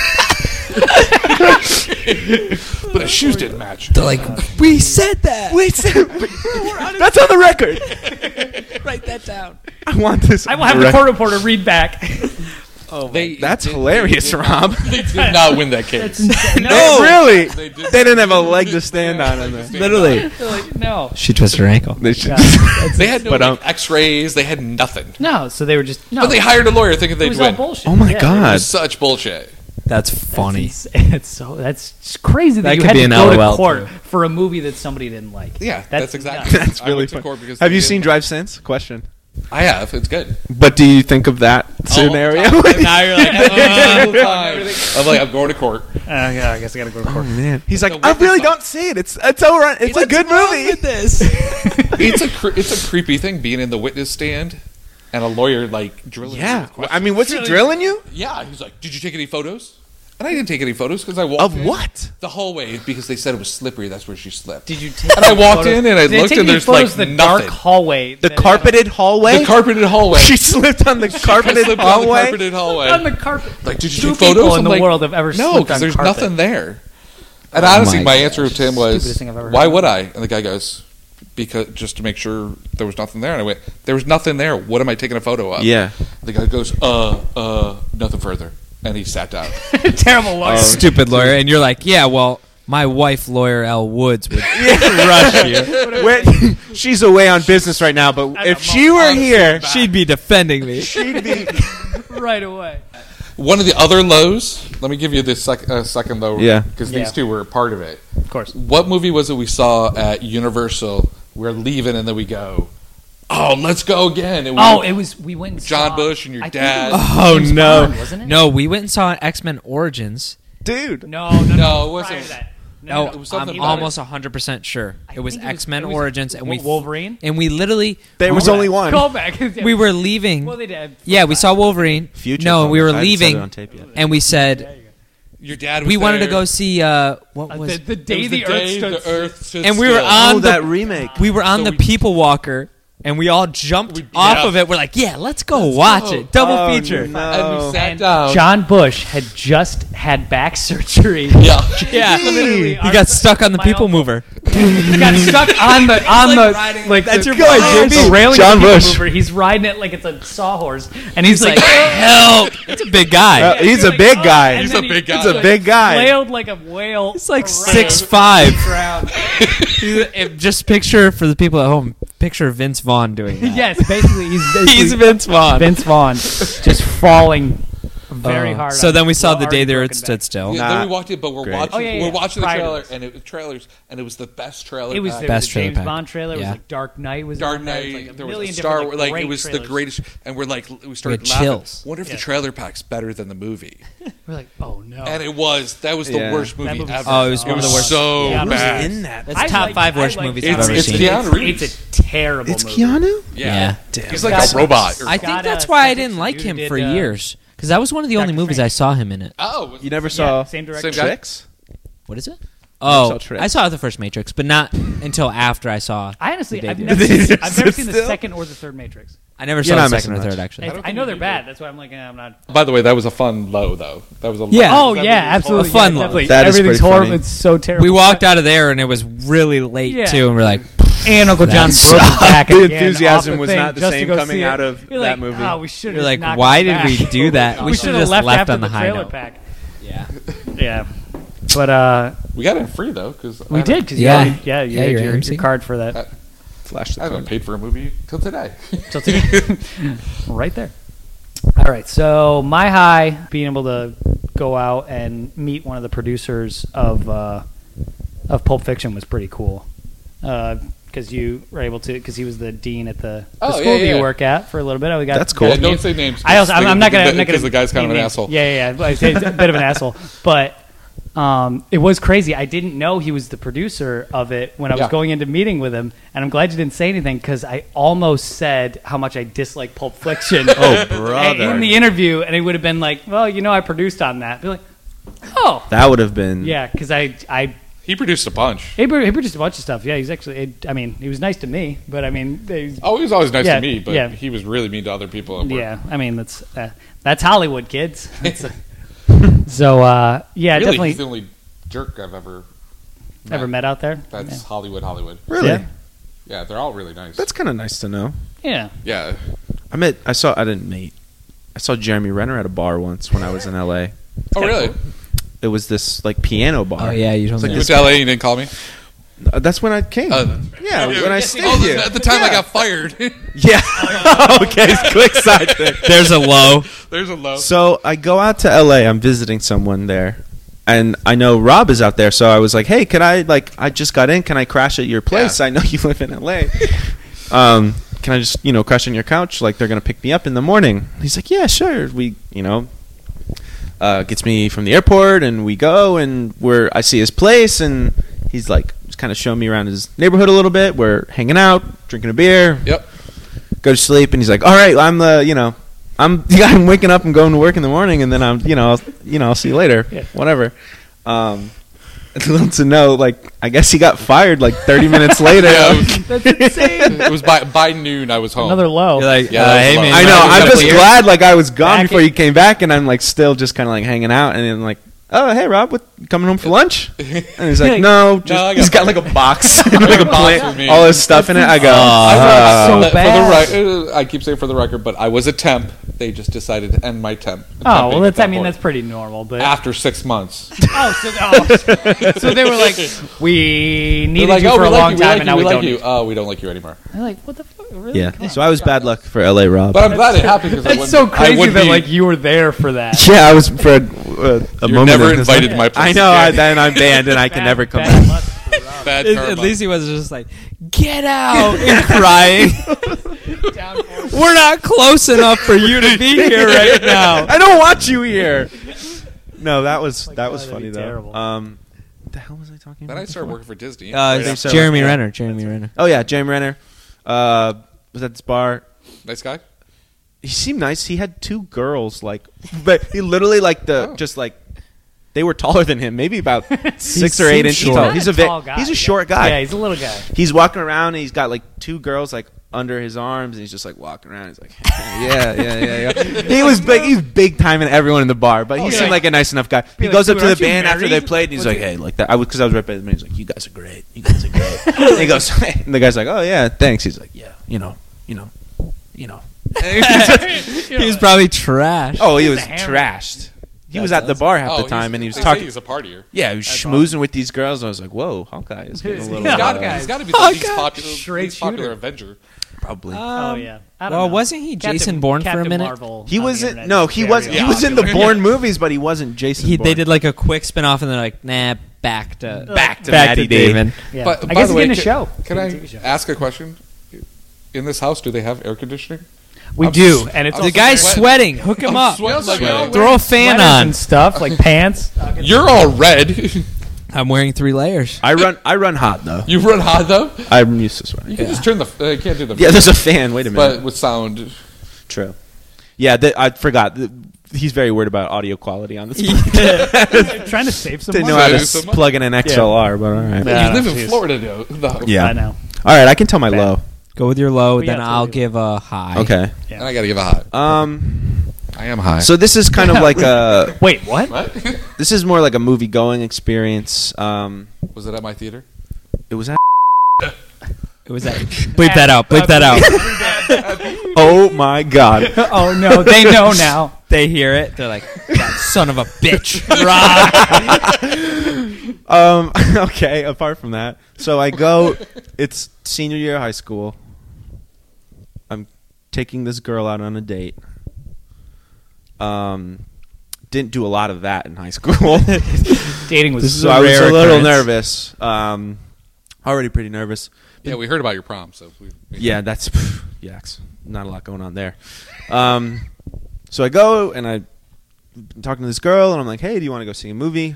but his shoes didn't match. They're like, we said that. We said That's on the record. write that down. I want this. I will have on the record. court reporter read back. They, That's they- hilarious, Rob. They did not win that case. They really. They did- They didn't have a leg to stand on in there. Literally, Like, no. she twisted her ankle. They should. They had no But, um, like, X-rays. They had nothing. No, so they were just. No. But they hired a lawyer thinking it they'd was all win. bullshit. Oh my Yeah. god. It's such bullshit. That's funny. It's, it's so that's it's crazy that, That you could had be to an go LOL to court too. for a movie that somebody didn't like. Yeah, that's, exactly. nuts. That's I really went to funny. court because Have they you didn't- seen Drive Since? Question. I have. It's good. But do you think of that scenario? all the Now you're like, All the time. I'm like, I'm going to court. Uh, yeah, I guess I gotta go to court. Oh, Man, he's like, The I Whipper really song. don't see it. It's it's all right. It's a good movie. this. It's a cre- it's a creepy thing being in the witness stand and a lawyer like drilling. you Yeah, with I mean, what's he Really? drilling you Yeah, he's like, "Did you take any photos?" And I didn't take any photos because I walked of? in What? the hallway because they said it was slippery. That's where she slipped. Did you take? And I any walked photos- in and I Did they looked take and any there's, photos like, of the dark nothing. hallway. The that- carpeted hallway. the carpeted hallway. she slipped on the carpeted slipped on the hallway. carpeted hallway. on the carpet. like, did you Two take photos? people in I'm the like, world have ever no, slipped on because there's carpet. Oh nothing there. And honestly, my my, answer to him Stupidest was, thing I've ever "Why heard. would I?" And the guy goes, because just to make sure there was nothing there. And I went, there was nothing there. What am I taking a photo of? Yeah. The guy goes, uh, uh, nothing further, and he sat down. Terrible Oh, Um, lawyer. Stupid lawyer, and you're like, yeah, well, my wife, lawyer L. Woods, would rush you. Wait, she's away on business right now, but if she were here, she'd be defending me. she'd be. right away. One of the other lows. Let me give you the sec- uh, second low. Yeah. Because Yeah. these two were a part of it. Of course. What movie was it we saw at Universal? We're leaving, and then we go. Oh, let's go again. And we- Oh, it was we went and John saw- Bush and your I think dad. it was Oh, James no. Bond, wasn't it? No, we went and saw X Men Origins. Dude. No, no, no, No, it it wasn't. wasn't. That. No, it was something I'm about almost 100% sure. I It was think it was- X Men it was Origins, and we Wolverine? and we literally There was only one. Call back. we were leaving. Well, they did. yeah, we saw Wolverine. Future no, and we were films. I haven't said it leaving, on tape yet. and we said Your dad. Was we wanted to there. go see uh, what Uh, was the, the It day was the, earth day stood the Earth stood And we were still. on- Oh, the- that remake. we were on So the we- People Walker, and we all jumped We- off yeah. of it. We're like, yeah, let's go watch go. it, double Oh, feature. no. And we sat And down. John Bush had just had back surgery. yeah. Yeah, Literally, he our- got stuck on the my People uncle- Mover. He got stuck on the on like the riding- like That's the, your boy, the Jimmy. railing of John the People Bush. Mover. He's riding it like it's a sawhorse, and he's, Like, like. help! It's a big guy. Uh, he's You're a like, big oh, guy. and He's then a he big guy. He's a big guy. flailed like a whale. It's like around. six five. Just picture for the people at home. Picture Vince Vaughn doing that. Yes, basically he's he's Vince Vaughn. Vince Vaughn just falling very Uh, hard. So on then we saw already the day the broken earth stood back. still. Yeah, Nah. then we walked in, but we're Great. watching. Oh, yeah, yeah, We're yeah. watching the Prior to trailer, this. and it was trailers, and it was the best trailer. It was pack. the, Best the trailer James pack. Bond trailer. It Yeah. was like Dark Knight was Dark on there. It was Knight. like a there was million a Star different, Wars. like, Like it was the great. trailers. greatest, and we're like we started had laughing. chills. Wonder if Yeah. the trailer pack's better than the movie. We're like, oh no. And it was. That was the Yeah. worst That movie movie ever. Oh, it was one of the worst. so Yeah, it was bad. in that? That's top five worst movies I've It's- ever it's seen. Keanu Reeves. It's a terrible It's movie. Keanu. Yeah, Damn. he's like Scott- a robot. I think Gotta that's why I second didn't like dude him did, for uh, years because that was one of the only Dr. movies Frank. I saw him in it. oh, You never saw Yeah, same director. Same guy? Tricks? What is it? Oh, saw Tricks. I saw the first Matrix, but not until after I saw. I honestly, The I've debut. never, seen, I've never seen the Still? second or the third Matrix. I never You're saw the not second or missing third much. actually. I, I know they're bad. That's why I'm like, eh, I'm not. By the way, that was a fun low though. That was a Yeah. low. Oh That yeah, movie was absolutely. A fun yeah, one. definitely. That is Everything's pretty horrible. funny. It's so terrible. We walked out of there and it was really late Yeah. too, and we're like, and Uncle John broke his back. The again enthusiasm off the was thing not the just to same go coming see it. out of You're that like, movie. Oh, we should have You're like, knocked why it did back." we do that? We We should've should have just left, left after on the the high trailer note. pack. yeah, Yeah, but uh, We got it free though because we did because Yeah. yeah, you, yeah, you Yeah, had your your, AMC. your card for that Flash I the haven't code. paid for a movie till today. Till today. right there. All right, so my high being able to go out and meet one of the producers of uh, of Pulp Fiction was pretty cool because you were able to because he was the dean at the, the Oh, school yeah, that you yeah. work at for a little bit. Oh, we got That's cool. Yeah, don't say names. I also, I'm, I'm not gonna, I'm not gonna because the guy's kind of an name- asshole. Yeah, yeah, yeah. I say he's a bit of an asshole, but um, it was crazy. I didn't know he was the producer of it when I was Yeah. going into meeting with him, and I'm glad you didn't say anything because I almost said how much I dislike Pulp Fiction. Oh, in brother. the interview, and it would have been like, well, you know, I produced on that. Be like, oh, That would have been. yeah, because I, I. He produced a bunch. He pro- he produced a bunch of stuff. Yeah, he's actually. I mean, he was nice to me, but I mean, they, Oh, he was always nice Yeah, to me, but yeah. he was really mean to other people. At work. Yeah, I mean that's uh, that's Hollywood, kids. That's a- so uh, yeah, really, definitely he's the only jerk I've ever ever met out there. That's Hollywood, Hollywood. Really? Yeah. Yeah, they're all really nice. That's kind of nice to know. Yeah, yeah. I met. I saw. I didn't meet. I saw Jeremy Renner at a bar once when I was in LA. Oh, really? You It was this like piano bar. oh yeah, you don't. It's like know. went to LA and you didn't call me. Uh, That's when I came. Oh. yeah, when I stayed Oh, here. at the time yeah. I got fired. Yeah. okay, quick side thing. There's a low. There's a low. So I go out to LA. I'm visiting someone there, and I know Rob is out there. So I was like, "Hey, can I like I just got in? Can I crash at your place? Yeah. I know you live in LA. um, can I just you know crash on your couch? Like they're gonna pick me up in the morning." He's like, "Yeah, sure." We you know uh, gets me from the airport, and we go and we're I see his place, and he's like just kind of showing me around his neighborhood a little bit. We're hanging out, drinking a beer, Yep. go to sleep and he's like all right i'm the you know i'm i'm waking up and going to work in the morning and then i'm you know I'll, you know i'll see you later Yeah. whatever um it's little to know like i guess he got fired like 30 minutes later Yeah, it that's insane. was, it was by by noon. I was home. Another low. You're like, Yeah, uh, that's hey low. man, i know Right, i'm we just got glad like i was gone Back before in- he came back and i'm like still just kind of like hanging out and then like "Oh, hey, Rob, what coming home for lunch?" And he's like, "No, just I got he's got like a box, and, like a box plant, for me. all his stuff in it." I go, I so was- Uh, for the bad. rec- uh, I keep saying for the record, but I was a temp. They just decided to end my temp. Oh well, temping that's. at I that mean, point. that's pretty normal. But after six months. oh, so, "Ah." oh, so they were like, "We needed you for a long time, and now we, like don't." you. need Oh, we don't like you anymore. you. They're like, "What the fuck?" Really? "Yeah." So I was bad luck for L.A. Rob. But I'm glad it happened because That's so crazy would that be, like you were there for that. yeah, I was for a, a, a You're moment. never there. invited to my place I know. I, again. then I'm banned, and I can never come Bad back. luck. bad At- karma. At least he was just like, get out and crying. We're not close enough for you to be here right now. I don't want you here. No, that was that was God, that'd funny be though. terrible. Um, the hell was I talking Then about? I started before? working for Disney. Uh, Right it's after. Jeremy Renner. Jeremy Renner. Oh yeah, Jeremy Renner uh, was at this bar. nice guy. He seemed nice. He had two girls, like, but he literally like the Oh. just like they were taller than him, maybe about six or seemed eight inches short. tall. Not He's a tall bit, guy, he's yeah. a short guy. Yeah, he's, he's a little guy. walking around and he's got like two girls like under his arms, and he's just like walking around. He's like, yeah, yeah, yeah, yeah. he was big. He was big time and everyone in the bar, but he yeah. seemed like a nice enough guy. He like, goes up "Dude, to the aren't you band after they married? played, and he's What's like, hey, like that. I was because I was right by the band. He's like, you guys are great. You guys are great. and he goes, and the guy's like, oh yeah, thanks. He's like, yeah, you know, you know, you know. He was probably trash. Oh, he was a hammer. trashed. He was That's at the bar half Oh, the time, he's- and he was they say talking. He's a partier. Yeah, he was schmoozing with these girls, and I was like, "Whoa, Hawkeye is getting a little Yeah. uh, God, guy. he's got to be the least God. popular, Straight least popular shooter. Avenger. probably." Oh Um, yeah. I don't well, know. wasn't he Captain- Jason Bourne for a Captain minute? Marvel he on the wasn't. internet No, is he very wasn't. He was in the popular. Bourne movies, but he wasn't Jason. He, they Bourne. did like a quick spin off and they're like, nah, back to back to back Matty to Damon. Yeah. But I by guess he's the way, getting a can- show. Can He's getting a I show. ask a question? In this house, do they have air conditioning? We I'm do, s- and it's I'm also The guy's sweat- sweating. Hook him I'm up. sweating like Sweating. hell. Throw a fan sweaters on. and stuff like pants. You're all red. I'm wearing three layers. I run. I run hot though. you run hot though. I'm used to sweating. You can just turn the. Uh, you can't do the. Yeah, there's a fan. Wait a minute. but with sound. True. Yeah, th- I forgot. Th- He's very worried about audio quality on this. podcast. trying to save some Didn't money. know how to Save s- some money. plug in an XLR, but all right. Yeah. you live in jeez. Florida though. though. Yeah. I know. All right, I can tell my low. Go with your low, We then got to I'll do. give a high. Okay. And I gotta give a high. Um. I am high. So this is kind of like a. Wait, what? what? This is more like a movie going experience. Um. Was it at my theater? It was. At It was that. bleep that out. Bleep that out. oh my god. oh no, they know now. they hear it. They're like, "That son of a bitch, Rob. Um, okay, apart from that. So I go, it's senior year of high school. I'm taking this girl out on a date. Um, didn't do a lot of that in high school. Dating was so I was a little nervous. Um, already pretty nervous. Yeah, we heard about your prom, so we, we- Yeah, that's yaks. Not a lot going on there. Um, so I go and I I'm talking to this girl and I'm like, hey, do you want to go see a movie?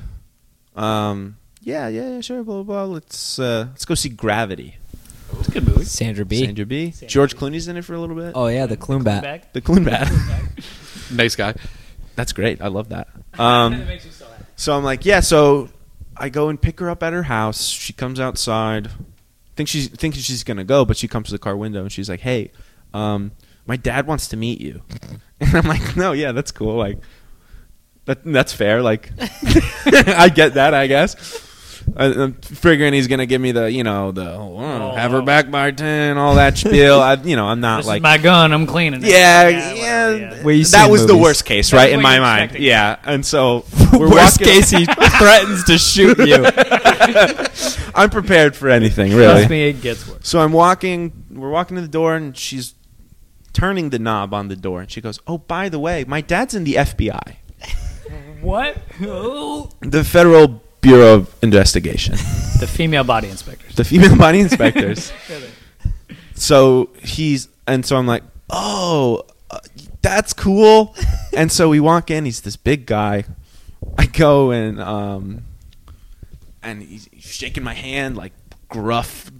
Um, yeah, yeah, yeah, sure, blah blah. blah. Let's uh, let's go see Gravity. good movie. Sandra B. Sandra B. Sandra George Bee. Clooney's in it for a little bit. Oh yeah, the Kloon bat. Back. The Clooney Bat. nice guy. that's great. I love that. Um, so I'm like, yeah. So I go and pick her up at her house. She comes outside. Think she's thinking she's gonna go, but she comes to the car window and she's like, "Hey, um, my dad wants to meet you." And I'm like, "No, yeah, that's cool. Like, that that's fair. Like, I get that. I guess." I, I'm figuring he's gonna give me the, you know, the oh, Oh, have her oh. back by ten, all that spiel. I, you know, I'm not This like is my gun. I'm cleaning it. yeah, Yeah, yeah. whatever, yeah. Well, you've that seen was the movies. worst case, That's right, in what my you're mind. expecting. Yeah, and so we're Worst walking- case, he threatens to shoot you. I'm prepared for anything, Trust really. me, it gets worse. So I'm walking. We're walking to the door, and she's turning the knob on the door, and she goes, "Oh, by the way, my dad's in the FBI, What? the Federal Bureau of Investigation, The female body inspectors. the female body inspectors." so he's and so I'm like, oh, uh, that's cool. and so we walk in. He's this big guy. I go and um, and he's he's shaking my hand like gruff,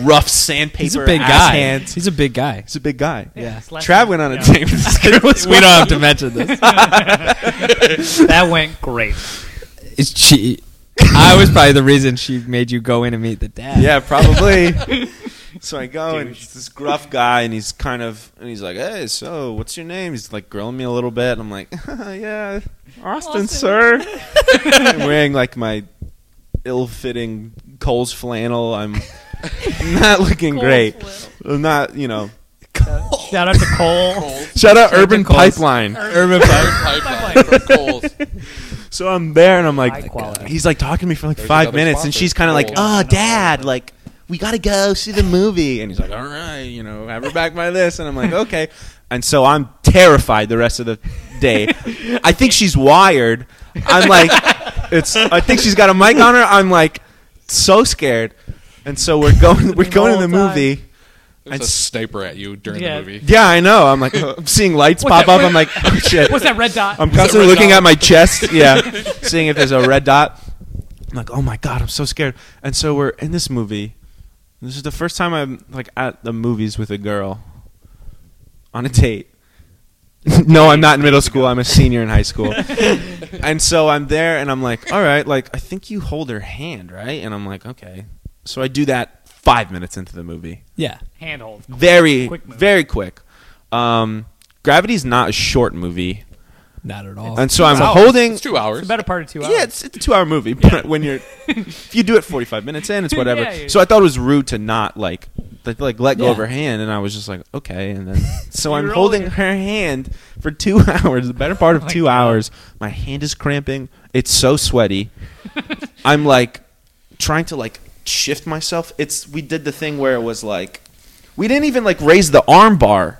rough sandpaper. He's a big ass guy. Hands. He's, He's a big guy. a big guy. Yeah. Trav went on a Yeah. date with this girl. as We don't well. have to mention this. That went great. It's she. I was probably the reason she made you go in and meet the dad. Yeah, probably. So I go and it's this gruff guy, and he's kind of, and he's like, "Hey, so what's your name?" He's like grilling me a little bit, and I'm like, "Yeah, Austin, Austin." sir." I'm wearing like my ill-fitting Coles flannel. I'm not looking Coles great. flannel. I'm not, you know. Shout out to Cole. Shout out Urban Coles. Pipeline. Urban Pipeline for Kohl's. So I'm there and I'm High like, quality. he's like talking to me for like There's five another minutes, sponsor. and she's kind of like, Cool. oh, dad, like we gotta go see the movie, and he's like, all right, you know, have her back by this, and I'm like, okay, and so I'm terrified the rest of the day. I think she's wired. I'm like, it's. I think she's got a mic on her. I'm like, so scared, and so we're going. We're going to the whole time. movie. There's And a s- sniper at you during Yeah. the movie. Yeah, I know. I'm like, I'm seeing lights What's pop that- up. I'm like, oh, shit. What's that red dot? I'm constantly red looking dot? at my chest, yeah, seeing if there's a red dot. I'm like, oh my god, I'm so scared. And so we're in this movie. This is the first time I'm like at the movies with a girl on a date. no, I'm not in middle school. I'm a senior in high school. and so I'm there, and I'm like, all right, like I think you hold her hand, right? And I'm like, okay. So I do that five minutes into the movie Yeah. handhold. very Quick move. very quick. Um, Gravity's not a short movie, Not at Oh, all. and so I'm hours. holding. It's two hours. About a part of two hours. Yeah, it's, it's a two-hour movie, but when you're if you do it 45 minutes in, it's whatever. Yeah, yeah. So I thought it was rude to not like to, like let go of Yeah. her hand, and I was just like, okay. And then so You I'm were holding holding her hand for two hours, the better part of Oh my two God. hours. My hand is cramping. It's so sweaty. I'm like trying to like shift myself. It's we did the thing where it was like we didn't even like raise the arm bar.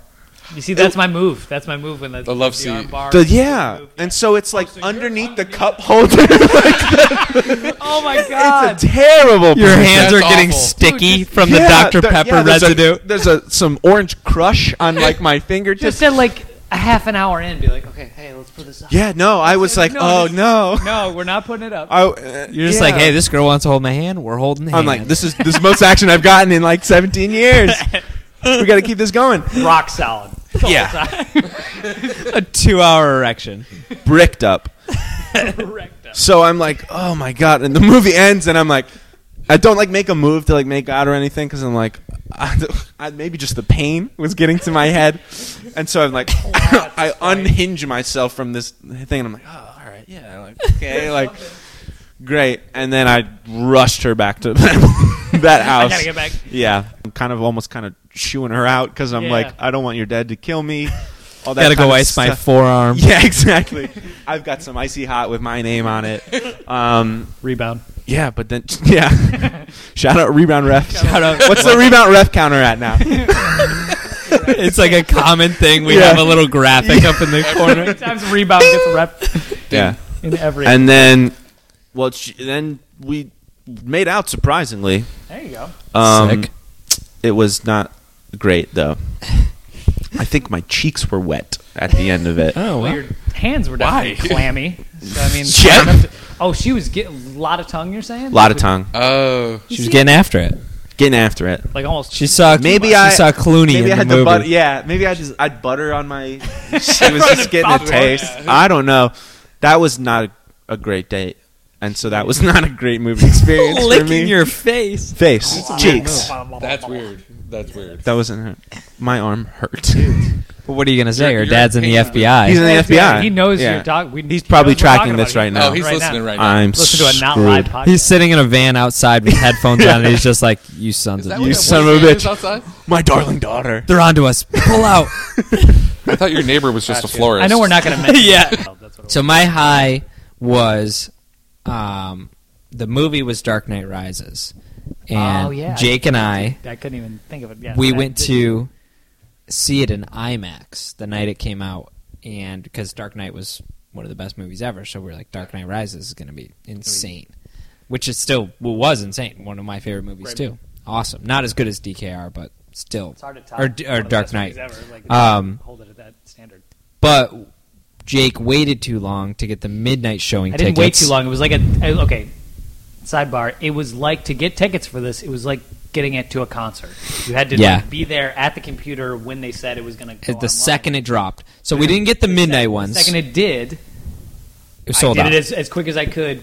You see, that's my move. That's my move when the, The love the seat. arm bar- The, yeah. move. and so it's like so you're underneath the underneath. cup holder. like Oh my it's god! a terrible. Your hands That's are getting awful. sticky from Yeah, the Dr. there- Pepper yeah, there's a- residue. there's a some orange crush on like my Just fingertips. said like a half an hour in, be like, okay, hey, let's put this up. Yeah, no, I was No, like, no, oh this- no. No, we're not putting it up. I, uh, You're just yeah. like, hey, this girl wants to hold my hand. We're holding I'm hands. like, this is this is the most action I've gotten in like 17 years. we got to keep this going. Rock solid. Yeah. a two-hour erection. Bricked up. So I'm like, oh my god, and the movie ends, and I'm like, I don't like make a move to like make out or anything because I'm like, I, I- maybe just the pain was getting to my head, and so I'm like, Oh, I unhinge myself from this thing, and I'm like, oh, all right, yeah, like, okay, like, great, and then I rushed her back to that I house. gotta get back. Yeah, I'm kind of almost kind of chewing her out because I'm Yeah. like, I don't want your dad to kill me. All that Gotta kind go of ice my stuff. forearm. Yeah, exactly. I've got some icy hot with my name on it. Um, Rebound. yeah, but then yeah. Shout out rebound ref. Shout out. What's the rebound ref counter at now? it's like a common thing. We Yeah. have a little graphic up in the corner. Times rebound gets rep yeah. in every. And then, well, she, then we made out surprisingly. there you go. Um, Sick. It was not great though. I think my cheeks were wet at the end of it. Well, Oh, wow. your hands were definitely Why? clammy. So I mean, Yeah. enough to- oh, she was getting a lot of tongue. You're saying? A lot of tongue, Oh, she was getting after it. getting after it. Like almost. She saw. Maybe she I saw Clooney Maybe in I had the to movie. butter. Yeah, maybe I just I'd butter on my. She was just getting a Popcorn. taste. I don't know. That was not a, a great date, and so that was not a great movie experience for me. licking your face. face, cheeks. that's weird. That's weird. That wasn't her. My arm hurt. But what are you gonna say? You're- Your you're dad's in the paying- FBI. He's in the FBI. He knows Yeah. your dog. We, He's probably he knows we're tracking talking this about right it. now. oh, he's Right listening now. right now. I'm Listen to a not screwed. live podcast. He's sitting in a van outside with headphones on, and he's just like, "You sons Is that of what You that bitches. son voice of a is bitch. outside? My darling daughter. they're onto us. Pull out." I thought your neighbor was just a florist. I know we're not going to mention. Yeah. Oh, That's what it was. so my high was, um, the movie was Dark Knight Rises, and Oh, yeah. Jake and I, I couldn't even think of it. Yeah, we that went did- to see it in IMAX the night it came out, and because Dark Knight was one of the best movies ever, so we are like, Dark Knight Rises is going to be insane, which is still well, was insane, one of my favorite movies Great too. Awesome, not as good as DKR, but still, It's hard to top. or, It's D- one or of the Dark best movies Knight. ever. Like, Um, hold it at that standard. But Jake waited too long to get the midnight showing I didn't tickets. wait too long. It was like a I- okay. Sidebar: It was like to get tickets for this. It was like getting it to a concert. You had to Yeah. like, be there at the computer when they said it was going to. The go online. second it dropped, so we didn't get the midnight The ones. second it did, it was sold I out. did it as, as quick as I could.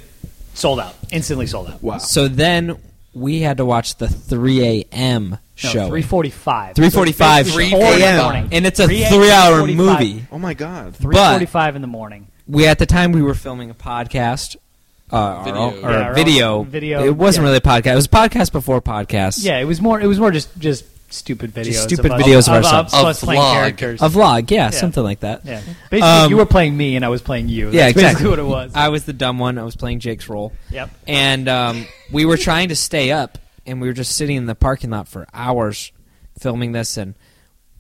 Sold out instantly. Sold out. Wow. So then we had to watch the 3 a.m. show. three forty five. 3:45 a.m. And it's a three-hour movie. Oh my god. Three forty-five in the morning. We at the time we were filming a podcast. Uh, our- Video. Or, Yeah, our a own video. video, It wasn't yeah. really a podcast. It was a podcast before podcast. Yeah, it was more. It was more just just stupid videos. Just stupid of us- videos of of, ourselves. us A playing vlog. characters. A vlog, yeah, Yeah. something like that. yeah, basically Um, you were playing me and I was playing you. That's Yeah, exactly basically what it was. I was the dumb one. I was playing Jake's role. Yep. And um, we were trying to stay up, and we were just sitting in the parking lot for hours filming this. And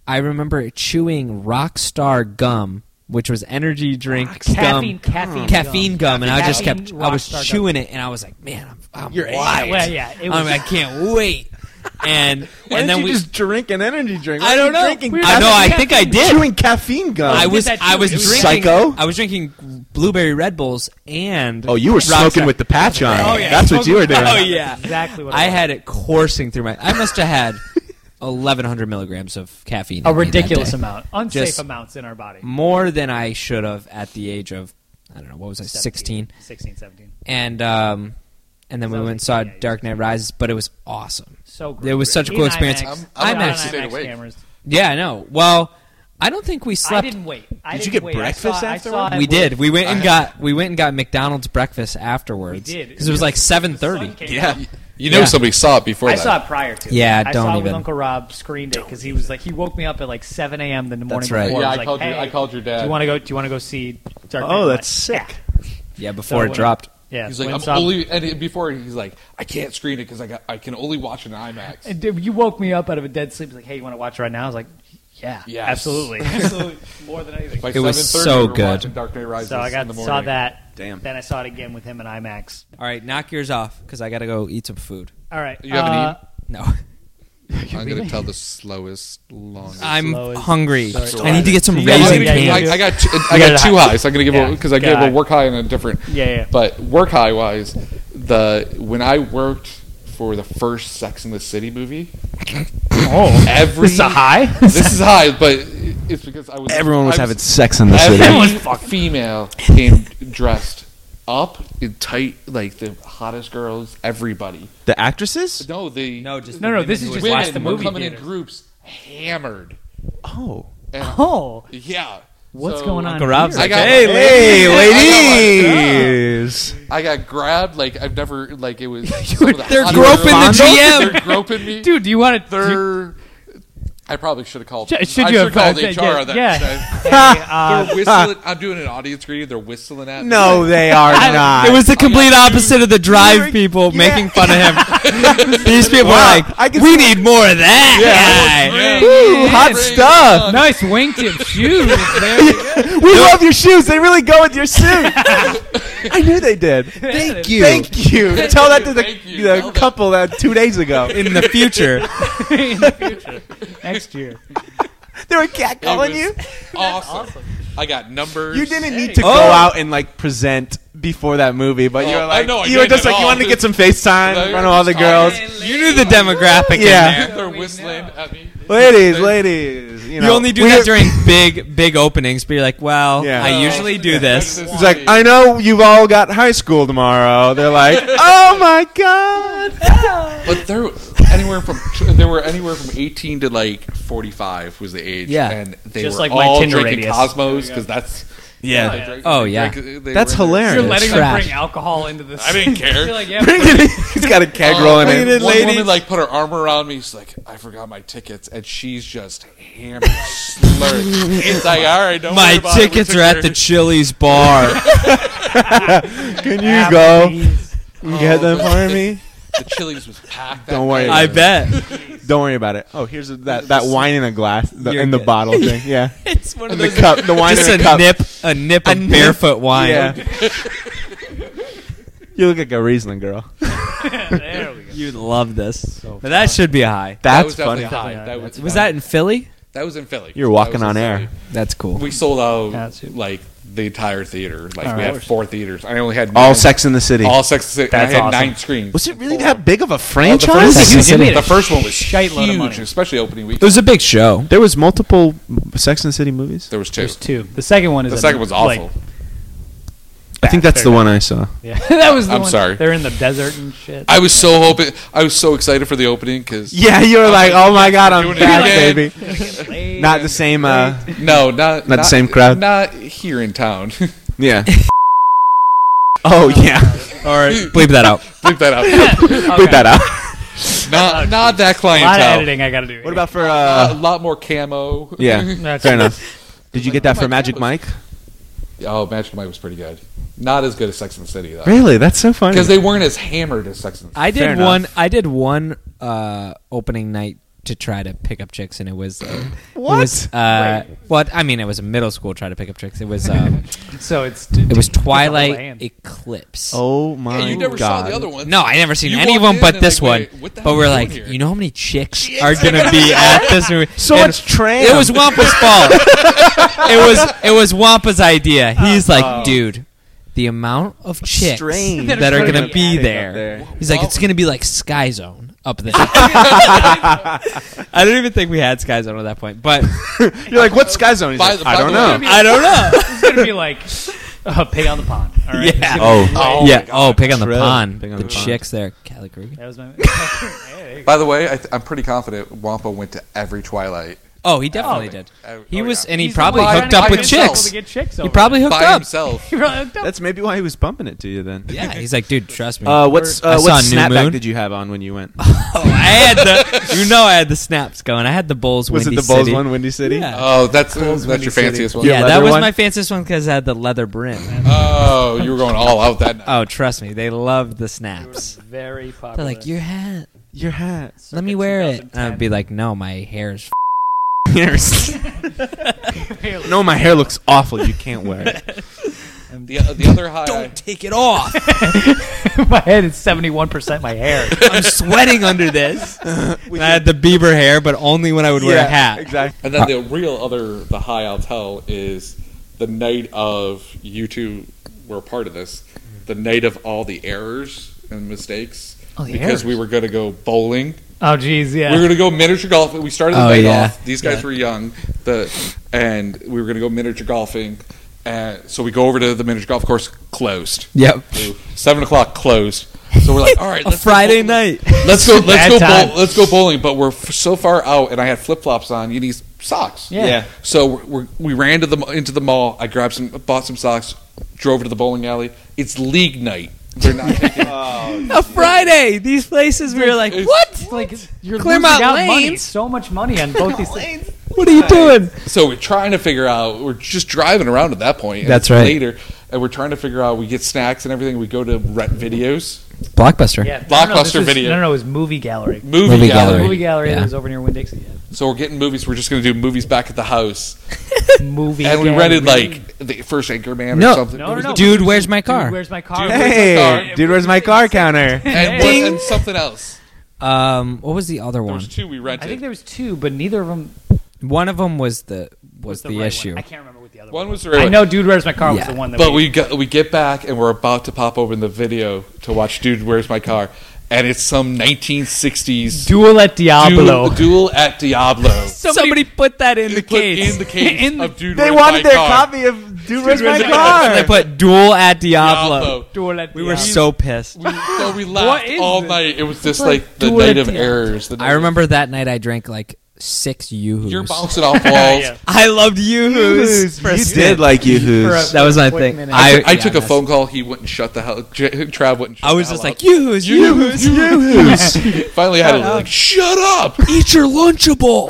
I remember chewing Rockstar gum, which was energy drink Caffeine- gum, caffeine caffeine gum, gum. and I just Caffeine kept, I was Rockstar gum. chewing it, and I was like, man, I'm, I'm You're wired. Yeah, yeah, it I'm- was- I can't wait. And and then we. drink an energy drink? I don't know. I know. I think I did. Chewing caffeine gum. I did was that too. I was It was drinking Psycho? I was drinking blueberry Red Bulls and Oh, you were Rockstar. smoking with the patch on. Oh, yeah. That's what you were doing. Oh yeah, Exactly what it I was. had it coursing through my. I must have had eleven hundred milligrams of caffeine. a in me that ridiculous day. amount, unsafe Just- amounts in our body. more than I should have at the age of I don't know what was I 17, sixteen 16, 17. and um and then we So went and it's- saw yeah, you Dark Knight Rises, but it was awesome. So great. It was such a cool In experience. IMAX, I'm- I'm on actually- IMAX Wait. cameras. Yeah, I know. Well, I don't think we I slept. didn't wait. I Did you didn't get wait. I breakfast saw- I after saw one? it we was- did. We went and got we went and got McDonald's breakfast afterwards. We did. because it was like The sun seven thirty. came Yeah. You know Yeah. somebody saw it before I that. saw it prior to. Yeah, I don't saw it with even. Uncle Rob screened it because he was like he woke me up at like 7 a.m. the morning That's right. before. Yeah, was I like, called you- "Hey, I called your dad." Do you want to go? Do you want to go see Dark? Knight Oh, that's Rises?" sick. Yeah, So before it when- dropped. Yeah, He's like, went I'm and saw- only and he- before he's like, I can't screen it because I got I can only watch it in IMAX. And dude, you woke me up out of a dead sleep. He's like, hey, you want to watch it right now? I was like, yeah, Yes. absolutely, absolutely, more than anything. By It was 7:30, so we were good. watching Dark Knight Rises So I in got the saw morning. that. Damn. Then I saw it again with him in IMAX. All right, knock yours off because I gotta go eat some food. All right. You haven't uh, No, I'm gonna tell the slowest, longest. I'm Slow as- hungry. Sorry. I need to get some You Yeah, got raising it. Yeah, you canes. do. I, I got two, I You got got two it high. highs. I'm gonna give Yeah. because I gave a God. work high and a different. Yeah, yeah. But work high wise, the when I worked for the first Sex in the City movie, Oh, every this is a high. This is high, but it's because I was Everyone was I having sex in the city. Every female came dressed up in tight, like the hottest girls. Everybody. The actresses? No, the No, just No, the no, women this who is would just women watch the were movie coming theaters. in groups, hammered. Oh. And- oh, Yeah. what's So going on? Uncle Rob's here? I like, got- hey, Hey, I ladies. I got grabbed. Like I've never. Like it was. they're I'm- groping the I'm- GM. They're groping me. dude, do you want to? they're. I probably should have called. Should- should I you should have- called uh, HR yeah, on that. yeah. Hey, should I? uh, They're whistling. I'm doing an audience greeting. They're whistling at me. No, they are not. It was the complete opposite of the drive You're- people yeah. making fun of him. These people Wow, are I like, can we see- need more of that guy. Yeah. Ooh, hot Bring it stuff. on. nice wingtip shoes. There you go. We love your shoes. They really go with your suit. I knew they did. Thank you. Thank you. Tell that to the, Thank you. the Tell that. couple that two days ago. In the future, in the future. Next year. They were catcalling was you. Awesome. I got numbers. You didn't need to Oh. go out and like present before that movie, but you Oh, were like, I know, I you were didn't just at like, you all. wanted to get some FaceTime in Like, front of all the oh, girls. yeah. you knew the demographic. Yeah. in there. They're whistling at me. Ladies, ladies. You, know, You only do we- that during big, big openings. But you're like, well, Yeah. I Oh. usually do this. It's like, I know you've all got high school tomorrow. They're like, oh my God. But there anywhere from there were anywhere from 18 to like 45 was the age. Yeah. and they Just were like my all Tinder drinking radius. Cosmos because that's Yeah. they drank- Oh, they yeah. drank- they were That's in there. hilarious. You're letting them Trash. bring alcohol into this. I didn't care. You're like, yeah, Bring it in. He's got a keg Oh, rolling one in. woman like put her arm around me. She's like, "I forgot my tickets," and she's just hammered, slurred. It's like, all right, don't worry My about it. We tickets took are at your- the Chili's bar. Can you go Applebee's. and get them for me? The Chili's was packed. that Don't worry night. I about bet. Don't worry about it. Oh, here's that, that wine in a glass, the, You're in the good. bottle thing. Yeah. It's one of And the those. cup, the wine Just in a a cup. nip, a nip of barefoot wine. Yeah. you look like a Riesling girl. there we go. You'd love this. but that should be a high. That That's was definitely funny. high. That was, Was that in Philly? That was in Philly. You're walking That was on in air. Philly. That's cool. We sold out That's it. like the entire theater. Like we right. had four theaters. I only had All nine- Sex in the City. All sex. and the City, and I That's had awesome. nine screens. Was it really Four. that big of a Oh, the first- franchise? Sex and the City. The first one was Shite load of huge, money. especially opening week. It was a big show. there was multiple Sex and the City movies. There was two. There's two. The second one is The a- second was like, awful. I think that's the one I saw. Yeah, that was. The I'm one. sorry. They're in the desert and shit. I was so hoping. I was so excited for the opening because Yeah, you were like, oh my god, I'm Doing it back, again. baby. Laid Not the same. Uh, no, not Not the same crowd? Not here in town. yeah. Oh yeah, All right, bleep that out. Leave that out. put that out. Not not that a lot of clientele. editing I got to do. What about for a uh? lot more camo. Yeah, That's- fair enough. Did you get that oh for my Magic God. Mike? Oh, Magic Mike was pretty good. Not as good as Sex and the City though, Really? That's so funny. because they weren't as hammered as Sex and the City. I Fair did enough. one. I did one uh, opening night to try to pick up chicks, and it was uh, What? It was, uh, what I mean, it was a middle school try to pick up chicks. It was um, So it's. it was it's a whole Twilight land. Eclipse. oh my Yeah, you never saw god! the other one. No, I never seen You any of walked them in but and this like, one. wait, what the hell but are we're you like, doing here? you know how many chicks, are gonna be at this movie? So And it's tram. It was Wampa's fault. it was it was Wampa's idea. He's like, dude, the amount of chicks Strange. that are gonna be Up there. there. He's like, it's gonna be like Sky Zone up there. I don't even think we had Sky Zone at that point, but You're like, what Sky Zone? He's By like, the- I by don't the way, know. I mean- I don't know. It's gonna be like uh, pig on the pond. All right. Yeah. Oh. Oh, yeah. Oh, pig on the Shred. pond. Pig on the the pond. chicks there. Kelly Kruger. That was my. Hey, there you go. By the way, I th- I'm pretty confident Wampa went to every Twilight. Oh, he definitely did. Oh, He oh, was, yeah. and he He's the probably one hooked trying up by with to get people himself. chicks. to get chicks He over. probably hooked by up. himself. He probably hooked up. That's maybe why he was bumping it to you then. Yeah, he's like, dude, trust me. Uh, what's I uh, saw what New snapback Moon. did you have on when you went? oh, I had the, you know, I had the snaps going. I had the Bulls. Was Windy it the Bulls City. one, Windy City? Yeah. Oh, that's that's Windy your City. fanciest one. Your yeah, that leather was one? my fanciest one because I had the leather brim. Oh, you were going all out that night. Oh, trust me, they loved the snaps. very popular. They're like, your hat. Your hat. Let me wear it. And I'd be like, no, my hair is. F-. no, my hair looks awful. You can't wear it. The, the other high. Don't take it off. my head is seventy-one percent my hair. I'm sweating under this. And I had the Bieber hair, but only when I would wear a hat. Exactly. And then the real other, the high I'll tell is the night of you two were part of this, the night of all the errors and mistakes. All the because errors. we were going to go bowling. Oh, geez, yeah. We were going to go miniature golf. We started the Oh, night yeah. off. These guys were young. The, and we were going to go miniature golfing. And so we go over to the miniature golf course, closed. Yep. Seven o'clock, closed. So we're like, all right, A let's go Friday bowling. night. Let's go. Let's Bad go. time. Bowl, let's go bowling. But we're f- so far out, and I had flip flops on. You need socks. Yeah. Yeah. So we're, we're, we ran to the into the mall. I grabbed some, bought some socks, drove to the bowling alley. It's league night. They're not. taking- Oh. A Friday. These places we were like, It's- what? It's like you're Clear losing my out money, lanes. so much money on both these things. What are you doing? so we're trying to figure out. We're just driving around at that point. and That's it's right. Later, and we're trying to figure out. We get snacks and everything. We go to rent videos, Blockbuster. Yeah, no, no, no, this Blockbuster is- video. No, no, it was movie gallery. movie, Movie gallery. gallery. Movie gallery Yeah. that was over near Winn Dixie. So we're getting movies. We're just going to do movies back at the house, Movie and we gallery. rented like the first Anchorman or No. something. No, no, no. Dude, where's my car? Dude, where's my car? Dude, Hey, dude, where's my car counter? And, Ding. one- and something else. Um, what was the other There one? was two we I rented. think there was two, but neither of them One of them was the was, was the, right one. issue. I can't remember what the other One one. was the I right know, dude, where's my car Yeah. was the one that. But we, we get, we get back and we're about to pop open the video to watch Dude Where's My Car, and it's some 1960s duel at Diablo. duel, duel at Diablo. Somebody, put that in the Put case. in the case In the- of Dude They Where's My wanted their Car. copy of Dude, Where's Where's My My they Car? put duel at Diablo. Diablo. Duel at We were Diablo. so pissed. We, so we What laughed is all this? night. It was just Like, like the Duel at night of Diablo. errors. The night I remember that night I drank like six yoo-hoos. you're bouncing off walls. Yeah. I loved yoo-hoos. for a You stint. did like you For a- who's. That was my Wait a thing. minute. I, I yeah, took a that's- phone call. He wouldn't shut the hell. J- Trav wouldn't. Shut I was the just hell like yoo-hoos, yoo-hoos, yoo-hoos. up. Finally, I had to like shut up. Eat your lunchable.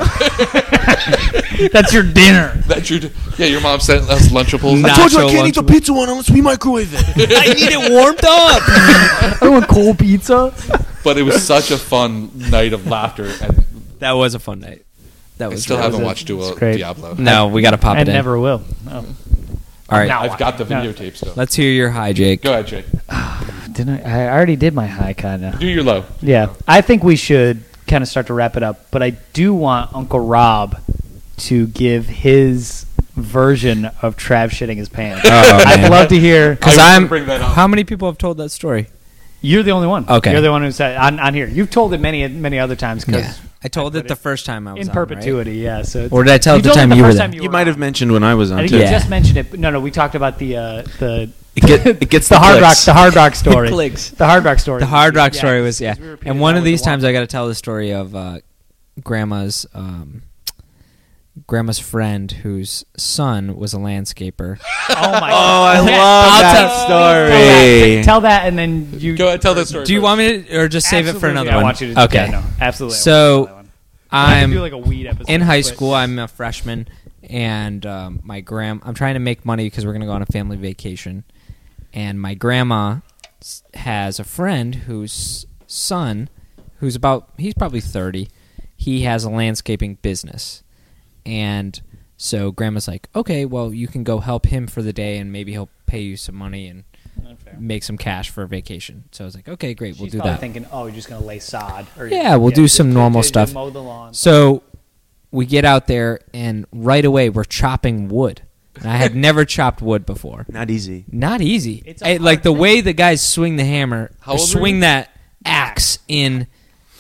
That's your dinner. That you. Yeah, your mom sent us lunchables. Nah. told you I Nacho can't eat the lunchable. pizza one unless we microwave it. I need it warmed up. I don't want cold pizza. But it was such a fun night of laughter, and That was a fun night. That I was still really- haven't watched Duel it's great. Diablo. No, we gotta pop I it in. never will. Oh, All right, No. I've got the No. videotape still. let's hear your hi, Jake. Go ahead, Jake. didn't I, I already did my high kind of. Do your low. Yeah, I think we should kind of start to wrap it up, but I do want Uncle Rob to give his version of Trav shitting his pants. I'd Oh, man. love to hear. Because I was I'm. gonna bring that up. How many people have told that story? You're the only one. Okay. you're the one who said on, on here. You've told it many many other times because I told I it put the it first time I was in on, right? perpetuity. Yeah. So it's- Or did I tell it the told time it you were first there? time You were might on. have mentioned when I was I on think too. you Yeah. just mentioned it. but No, no, we talked about the uh, the It, get, it gets the, the hard rock clicks. the hard rock story. Clicks. The hard rock story. The Hard Rock story because- was yeah. because we repeated And one that of with these the times walk. I got to tell the story of uh, grandma's um, grandma's friend whose son was a landscaper. Oh my! Oh, I God. love I'll that tell- story. Tell that, and then you Go ahead, tell that story. Do you first. want me to or just save it for Absolutely, another I one? want you to. okay. yeah, no, absolutely. I So, want you to do that one. I could I'm do like a weed episode in high but- school. I'm a freshman, and um, my gram. I'm trying to make money because we're gonna go on a family vacation, and my grandma s- has a friend whose son, who's about he's probably thirty, he has a landscaping business, and so grandma's like, okay, well you can go help him for the day, and maybe he'll pay you some money and make some cash for a vacation. So I was like, okay, great, She's we'll do probably that. thinking, oh, you're just gonna lay sod. Or Yeah, we'll do some just- normal just stuff. Mow the lawn. So we get out there, and right away we're chopping wood. And I had never chopped wood before. Not easy. Not easy. It's a I- hard like the thing. way the guys swing the hammer, or How old were swing you? that axe in.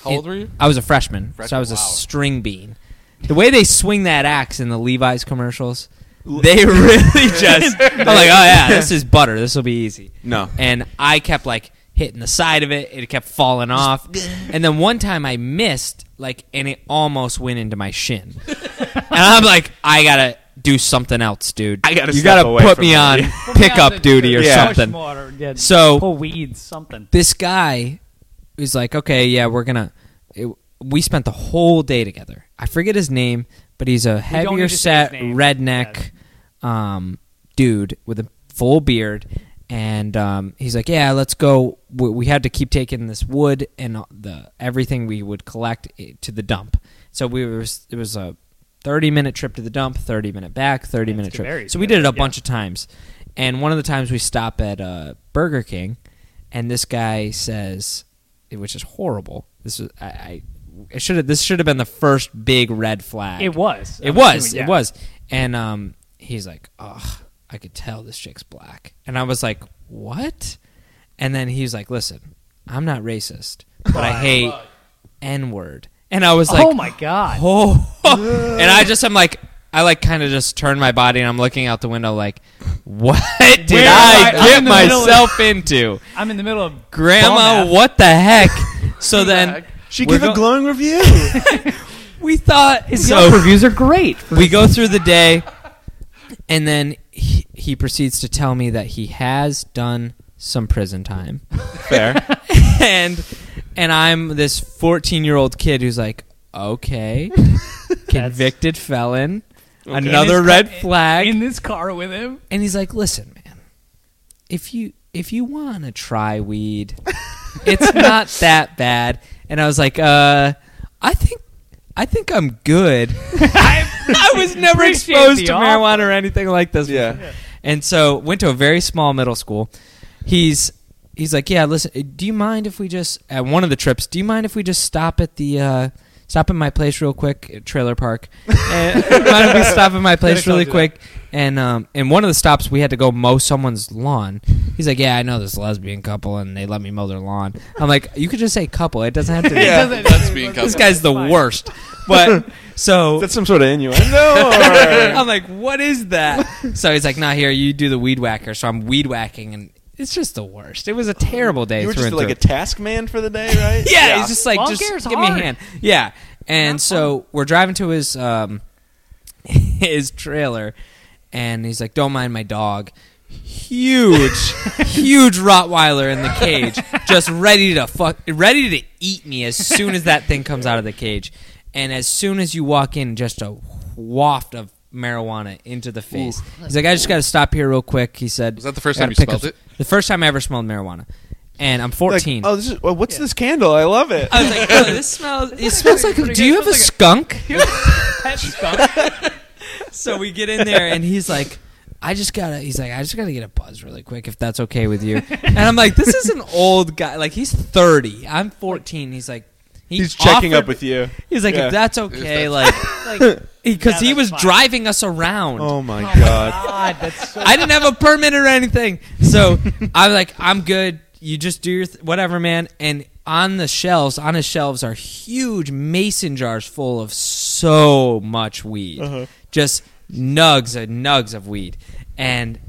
How in- old were you? I was a freshman, so I Freshman, was a wow. string bean. The way they swing that axe in the Levi's commercials, they really just. I'm like, oh yeah, this is butter. This will be easy. No. And I kept like hitting the side of it. It kept falling off. and then one time I missed, like, and it almost went into my shin. and I'm like, I gotta do something else, dude. I gotta you step gotta away put from me it." on Put me on pickup the- duty or Yeah. Push something more, yeah, So- pull weeds, something. this guy is like, okay, yeah, we're gonna. It, we spent the whole day together. I forget his name, but he's a need heavier to say his set name. redneck um, dude with a full beard, and um, he's like, yeah, let's go. We, we had to keep taking this wood and the everything we would collect i- to the dump. So we were. It was a thirty minute trip to the dump, thirty minute back, thirty minute get trip. married so we did it a together, yeah. bunch of times, and one of the times we stop at uh, Burger King, and this guy says, which is horrible. This is I. I it should have. This should have been the first big red flag. It was. It I'm was. assuming, yeah. It was. And um, he's like, "Ugh, I could tell this chick's black." And I was like, "What?" And then he's like, "Listen, I'm not racist, but I hate N word." And I was like, oh my god! Oh. and I just am like, I like kind of just turn my body and I'm looking out the window like, what did Where I am I- I'm get in the middle of- myself into? I'm in the middle of Grandma, Bum ass. what the heck? So then She We're gave a go- glowing review. we thought Yelp so. reviews are great. we go through the day, and then he, he proceeds to tell me that he has done some prison time. Fair. and and I'm this 14 year old kid who's like, okay, convicted felon, In another his red co- flag, in this car with him. and he's like, listen, man, if you if you want to try weed, it's not that bad. And I was like, uh, I think. I think I'm good. I, I was never Appreciate exposed the to offer. marijuana or anything like this. Yeah. before. And so went to a very small middle school. He's he's like, yeah, listen, uh, do you mind if we just at one of the trips? Do you mind if we just stop at the uh, stop at my place real quick, at trailer park? and, mind if we stop at my place really quick? And um, and one of the stops we had to go mow someone's lawn. He's like, yeah, I know this lesbian couple, and they let me mow their lawn. I'm like, you could just say couple. It doesn't have to. be It Yeah. doesn't- That's being This guy's the Fine. worst. But so That's some sort of innuendo. or- I'm like, what is that? So he's like, nah, here, you do the weed whacker. So I'm weed whacking, and it's just the worst. It was a terrible day. you were through just and like a through. task man for the day, right? yeah, he's just like, Lawn just care's give me a hard. hand. Yeah. And Not so we're driving to his um, his trailer, and he's like, don't mind my dog. Huge, huge Rottweiler in the cage, just ready to fuck, ready to eat me as soon as that thing comes out of the cage, and as soon as you walk in, just a waft of marijuana into the face. He's like, I just got to stop here real quick. He said, Was that the first "I gotta time you pick up- smelled The first time I ever smelled marijuana, and I'm Like, 14. oh, this is, well, what's this candle? I love it. I was like, oh, this smells. It smells like. Do you have a skunk? so we get in there, and he's like, I just gotta. He's like, I just gotta get a buzz really quick, if that's okay with you. And I'm like, this is an old guy. Like he's 30. I'm 14. He's like, he He's checking offered- up with you. He's like, Yeah. if that's okay, like, Like, because Yeah, he that's was fine. driving us around. Oh my god. God, that's so. I didn't have a permit or anything. So I'm like, I'm good. You just do your th- whatever, man. And on the shelves, on his shelves are huge mason jars full of so much weed. Just nugs and nugs of weed. And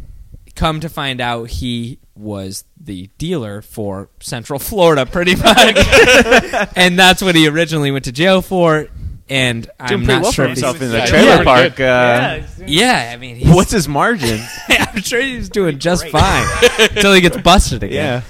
come to find out he was the dealer for Central Florida pretty much. and that's what he originally went to jail for. And I'm Doing pretty not well sure for if he's- himself in the Yeah, pretty trailer park. Uh, Yeah, I mean, he's, What's his margin? I'm sure he's doing just fine until he gets busted again. yeah.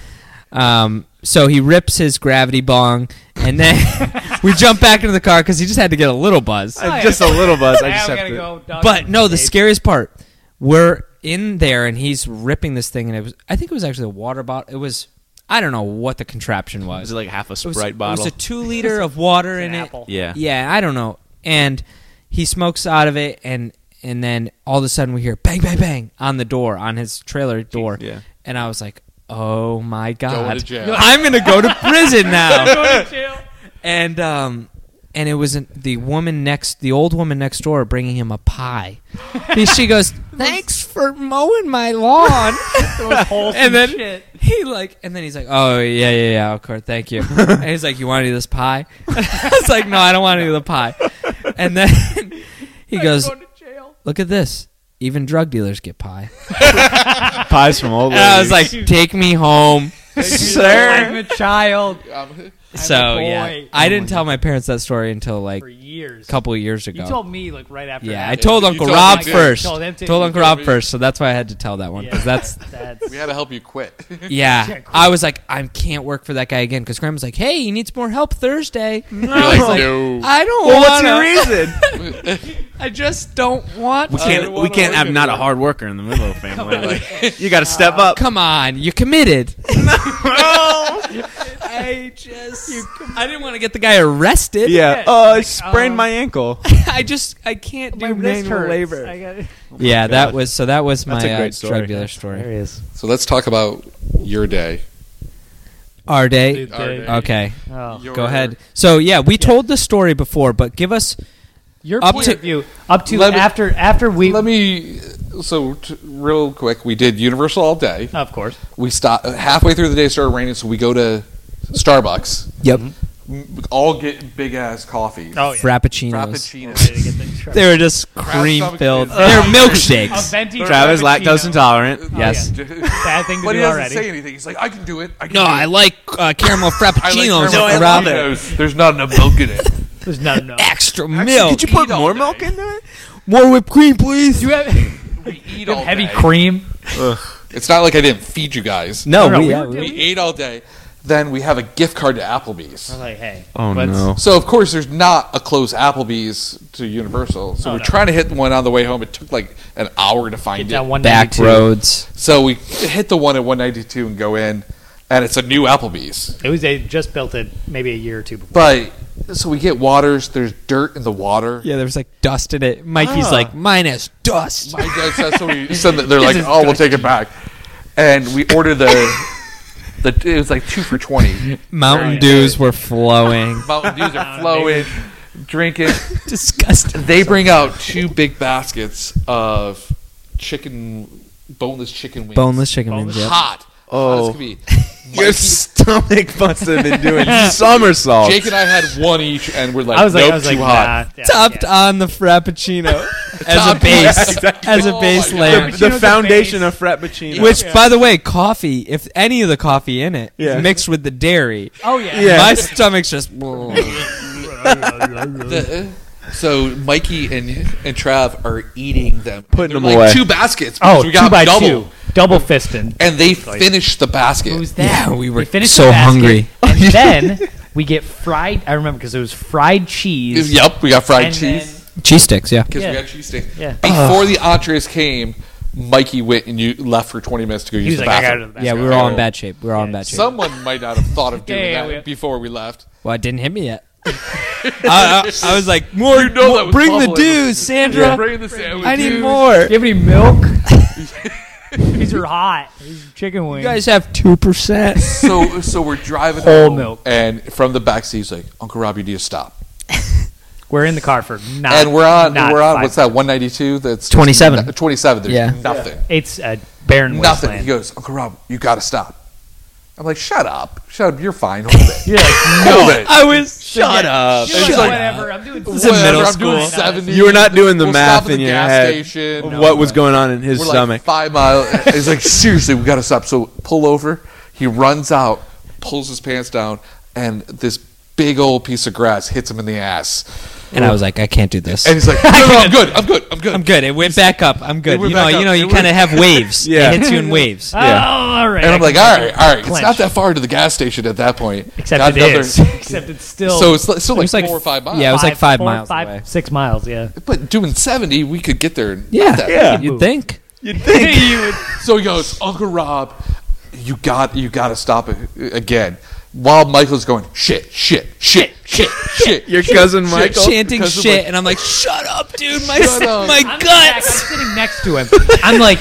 Um, so he rips his gravity bong, and then we jump back into the car because he just had to get a little buzz. I- just a little buzz. I just have to. But no, the scariest part, we're in there and he's ripping this thing, and it was I think it was actually a water bottle. It was I don't know what the contraption was. Is it like half a It was- Sprite bottle? It was a two liter of water in an it. apple. yeah. Yeah, I don't know. And he smokes out of it, and and then all of a sudden we hear bang, bang, bang on the door on his trailer door. Yeah. And I was like, oh my god, jail. I'm gonna go to prison now. and um, and it was an, the woman next, the old woman next door, bringing him a pie. And she goes, thanks for mowing my lawn. and then he like, and then he's like, "Oh yeah, yeah, yeah, of course, thank you." and he's like, "You want to do this pie?" I was like, "No, I don't want to do the pie." And then he goes, "Look at this. Even drug dealers get pie." Pies from old And I was ladies. like, "Take me home." I'm a child Um, So boy. Oh yeah, I didn't tell my parents that story until like for a years. couple years you ago. told me like right after. yeah, that. I told You Uncle told Rob them too. first. Told them too. Told You Uncle told Rob me. first, so that's why I had to tell that one because that's that's we had to help you quit. Yeah. Check. I was like, I can't work for that guy again because Graham was like, hey, he needs more help Thursday. No. You're I was like, no. I don't well, what's want your reason? I just don't want We to. can't. Uh, we can't what have was not it? a hard worker in the Milo family. Like, You got to step up. Come on, you're committed. I just, I didn't want to get the guy arrested. Yeah. Yeah. Oh, I Like, sprained um, my ankle. I just, I can't my do wrist manual hurts. labor. I got it. yeah, God. that was so. That was That's my a uh, great story. drug dealer story. is. so let's talk about your day. Our day. Dude, Our dude. day. Okay, Oh. Your- go ahead. So yeah, we told the story before, but give us Your Up point to- of view, up to Let me- after after we. Let me. So t- real quick, we did Universal all day. of course. We stopped halfway through the day. it Started raining, so we go to Starbucks. yep Mm-hmm. All get big ass coffee. Oh yeah. frappuccinos. Frappuccinos. They were just cream stomach filled. is- They're Ugh. A milkshakes. venti Travis frappuccino. lactose intolerant. Oh, Yes. Bad thing to But do he doesn't already. say anything. He's like, I can do it. I can No, do it. I like uh, caramel I like frappuccinos. caramel with love around it. frappuccinos. There's not enough milk in it. There's no no. extra milk. Could you put Eat all more day. milk in there? More whipped cream, please. Do you have, you We eat have all heavy day. cream? It's not like I didn't feed you guys. no, No, no, we, we uh, were we- doing- We ate all day. Then we have a gift card to Applebee's. I'm like, hey. Oh let's- no. So of course there's not a close Applebee's to Universal. So Oh, we're no. trying to hit one on the way home. It took like an hour to find Get it. that one back 92. roads. So we hit the one at 192 and go in, and it's a new Applebee's. It was they just built it maybe a year or two before. But so we get waters. There's dirt in the water. Yeah, there was like dust in it. Mikey's like, mine has dust. My dad said so. We said that they're like, is oh, we'll take it back, and we ordered the. The, it was like two for twenty. Mountain Dews were flowing. Mountain Dews Oh, are flowing, drinking. Disgusting. They bring out two big baskets of chicken, boneless chicken wings. Boneless chicken wings. Boneless- Yep. hot. Oh. hot as could be. Your stomach must have been doing somersaults. Jake and I had one each, and we're like, I was like, nope, I was too like, hot. nah, yeah, Topped yeah. on the frappuccino as a Topped- Yeah, base, exactly. as a Oh my base God. layer. the, Frappuccino's a the foundation base. of frappuccino. Which, by the way, coffee, if any of the coffee in it, Yeah. mixed with the dairy, Oh yeah. Yeah. my stomach's just. The- so Mikey and and Trav are eating them, Putting They're them like away. Two baskets. Oh, because we got two by double, two, double fisting. and they finished the basket. Who's that? yeah, we were We finished so the basket, hungry. And then we get fried. I remember because it was fried cheese. Yep, we got fried and cheese then- Cheese sticks, yeah. because Yeah. we got cheese steak. Yeah. Before the entrees came, Mikey went and you left for twenty minutes to go he use was the like, I got out bathroom. of the Yeah, we were all in bad shape. We were all in bad shape. Someone might not have thought of doing Yeah, yeah, that yeah. before we left. Well, it didn't hit me yet. I, I, I was like, more, know more- that was bring the bubbling. dues, Sandra. Bring the sandwich. I need dude. more. Do you have any milk? These are hot. These are chicken wings. You guys have 2%. So so we're driving Whole home, milk. and from the back seat, he's like, Uncle Rob, you need to stop. we're in the car for not. and we're on not we're on five- what's that 192 that's 27. 27 there's Yeah. nothing It's a barren nothing he wasteland. goes uncle rob you gotta stop I'm like, shut up, shut up, you're fine. Hold it. You're like, Hold it. I was shut up. She's She's like, like, whatever. I'm doing Whatever, something." middle I'm doing school. 70. You were not doing the We'll math stop at the in your gas head. Station. what was going on in his We're like stomach? five miles. He's like, seriously, we got to stop. So pull over. He runs out, pulls his pants down, and this big old piece of grass hits him in the ass. And I was like, I can't do this. And he's like, no, no, no, I'm good. I'm good. I'm good. I'm good. It went back up. I'm good. It went You know, back you up. know, you It went- kind of have waves. Yeah. It hits you in waves. Oh, Yeah. all right. And I'm I like, can- all right, all right. It's Clench. not that far to the gas station at that point. Except Got it another- is. Except it's still. So it's li- still It like, was like- four or five miles. yeah, it was like five four, miles five, away. six miles. Yeah. But doing 70, we could get there. in not Yeah. that Yeah. You'd think. You'd think. You would- So he goes, Uncle Rob, you got you got to stop it uh, again. While Michael's going, shit, shit, shit, shit, shit. Your cousin Michael. Chanting Because of shit. my- and I'm like, shut up, dude. My, Shut up. my I'm in the back, I'm guts. sitting next to him. I'm like,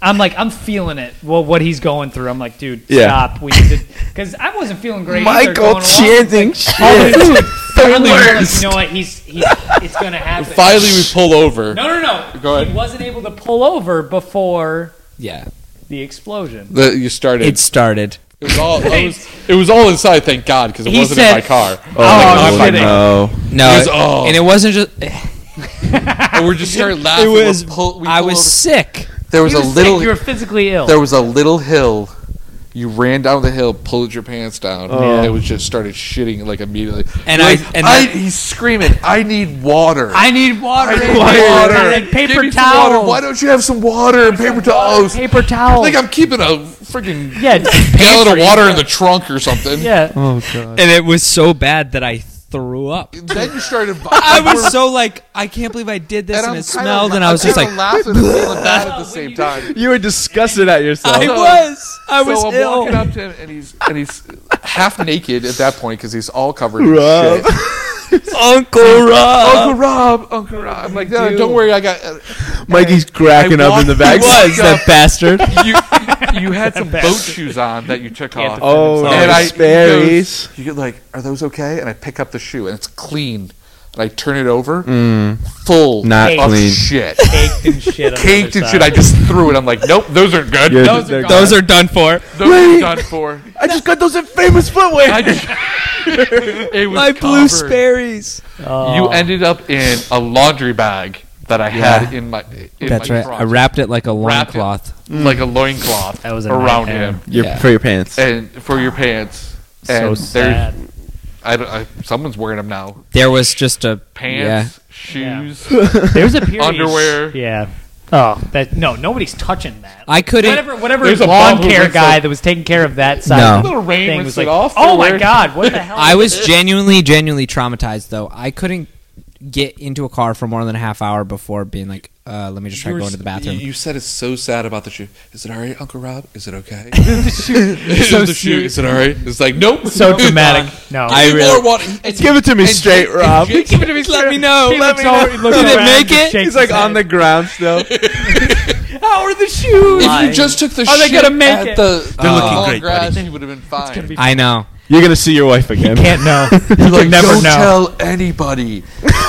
I'm like, I'm feeling it. Well, what he's going through. I'm like, dude, Yeah. stop. We need to, because I wasn't feeling great. either Michael going along. chanting Oh, shit. dude, finally, we're like, worst. you know what? He's, he's it's gonna happen. Finally, we pull over. No, no, no. Go ahead. He wasn't able to pull over before Yeah. the explosion. The- you started. It started. it, was all, it, was, it was all inside, thank God, because it He wasn't said- in my car. Oh, I'm Oh, kidding. no. No. It was- it- oh. And it wasn't just. And we just started laughing. it We're was. pull- we I pull was over. sick. There was, You were a sick, little. You were physically ill. there was a little hill. You ran down the hill, pulled your pants down, and it was just started shitting like immediately. And You're I- like, and I, that- he's screaming, "I need water! I need water. I need I water. need Give paper me some water. towels. Why don't you have some water and paper towels? Paper I towels. think I'm keeping a freaking yeah, just gallon of water in the trunk or something. yeah. Oh, God. And it was so bad that I threw up. Then you started. I was so like, I can't believe I did this, and, it smelled, and I was just like, laughing and feeling bad at the same time. You were disgusted at yourself. I So- was, I was so I'm ill. walking up to him, and he's and he's half naked at that point because he's all covered in Rob. shit. Uncle Rob. Uncle Rob, Uncle Rob. I'm like, no, don't worry, I got. uh, Mikey's cracking I up in the walked- back. He was, that bastard. You you had some boat shoes on that you took off. Oh, and I he Sperry's. goes- You get like, are those okay? And I pick up the shoe, and it's clean. And I turn it over, full Hmm. Not of clean. shit, Caked and shit. on the caked other and side. shit. I just threw it. I'm like, nope, those aren't good. Yeah, those they're are good. gone. Those are done for. those are done for. I just got those infamous footwear. I just- it was My blue covered. Sperry's. Oh, Oh. You ended up in a laundry bag that I had Yeah. in my. In That's my right. trunk. I wrapped it like a Wrapped it loincloth. like a loincloth That was a around nightmare. him your, Yeah. For your pants. and for your pants. so and sad. there's I don't, I, someone's wearing them now. There was just a Pants, Yeah. shoes. There's a period. Underwear. Yeah. Oh, that no, nobody's touching that. I couldn't- Whatever, whatever There's a lawn bum who care rinses guy it. that was taking care of that side No. of the Little rain thing was rinsed like, it off. oh my They're- god, what the hell? I was genuinely, genuinely traumatized though. I couldn't get into a car for more than a half hour before being like, uh, "Let me just try going to the bathroom." You said it's so sad about the shoe. Is it all right, Uncle Rob? Is it okay? so the shoe. Is it all right? It's like nope. so dramatic. No, I Give me really- more water. And- Give it to me and- straight, and- Rob. and Jake- Give it to me. Let me know. He Let looks me know. over- he looks Did around, it make he it? shakes He's like his on the head. ground still. How are the shoes? If you just took the Oh, Are they shit gonna make at it? the They're looking lawn great, grass, he would have been fine. be- I know. You're gonna see your wife again. can't know. You He's can like, never don't know. tell anybody.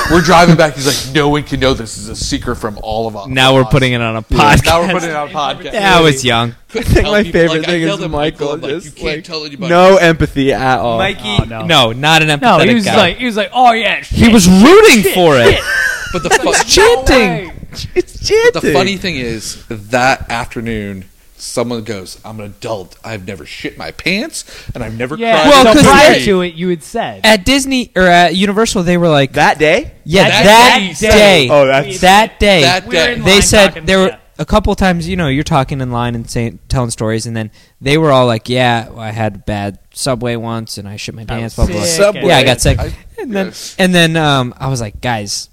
We're driving back. He's like, no one can know this is a secret from all of us. Now we're putting it on a Yeah, podcast. Now we're putting it on a podcast. Yeah, I was young. I think my favorite thing is Michael, Michael I'm like, just you can't like, tell anybody. no empathy at all. Mikey, Oh, no. no. not an empathetic No, he was guy. like, he was like, oh yeah, shit, he was rooting for it. But the, fu- chanting. it's chanting. the funny thing is, that afternoon, someone goes, I'm an adult. I've never shit my pants, and I've never Yeah, cried. Well, well, in a 'cause prior parade." to it, you had said At Disney or at Universal, they were like, that day. yeah, That that, day. day, Oh, that's- that day, That We were day. in they line said talking- there were yeah. a couple times. You know, you're talking in line and saying, telling stories, and then they were all like, "Yeah, I had bad Subway once, and I shit my pants." Blah blah. sick. blah. Subway. Yeah, I got sick, I- and then yes. and then um, I was like, guys,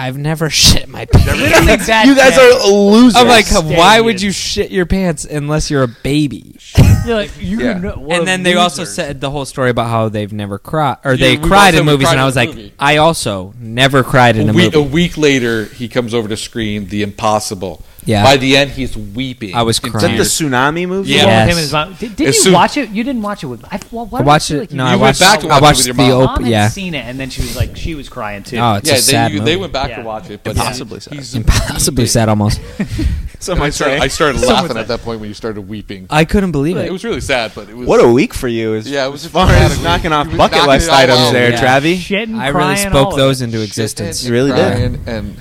I've never shit my pants. literally that. You guys day. are losers. I'm like, why Damn would it. you shit your pants unless you're a baby? You're like, you Yeah. know, what and then they also losers. said the whole story about how they've never cried or they we've cried also- in we movies, cried and I in was a like, movie. I also never cried in A a week, a movie. week later, he comes over to screen The Impossible. Yeah. By the end, he's weeping. I was in Is that crying. the tears. tsunami movie? Yeah. Well, Yes. him and his mom. Did, did you As soon- watch it? You didn't watch it with. I, well, why I did watched feel like it. you No, did? I went watched. back to I watch it watched with your the mom. op- Mom Yeah. had seen it, and then she was like, she was crying too. Oh, it's yeah, a sad they, you- movie. they went back Yeah. to watch it, but Impossibly he's, sad. he's impossibly sad almost. Some I might started, say. I started Someone laughing said- at that point when you started weeping. I couldn't believe It was really sad, but it was What a week for you. As Yeah, it was as far bad as week. knocking He off was bucket knocking list it all items out. there, Yeah. Travi. Shit and I really crying, all spoke of those it. into Shit, existence. and You really did. crying, And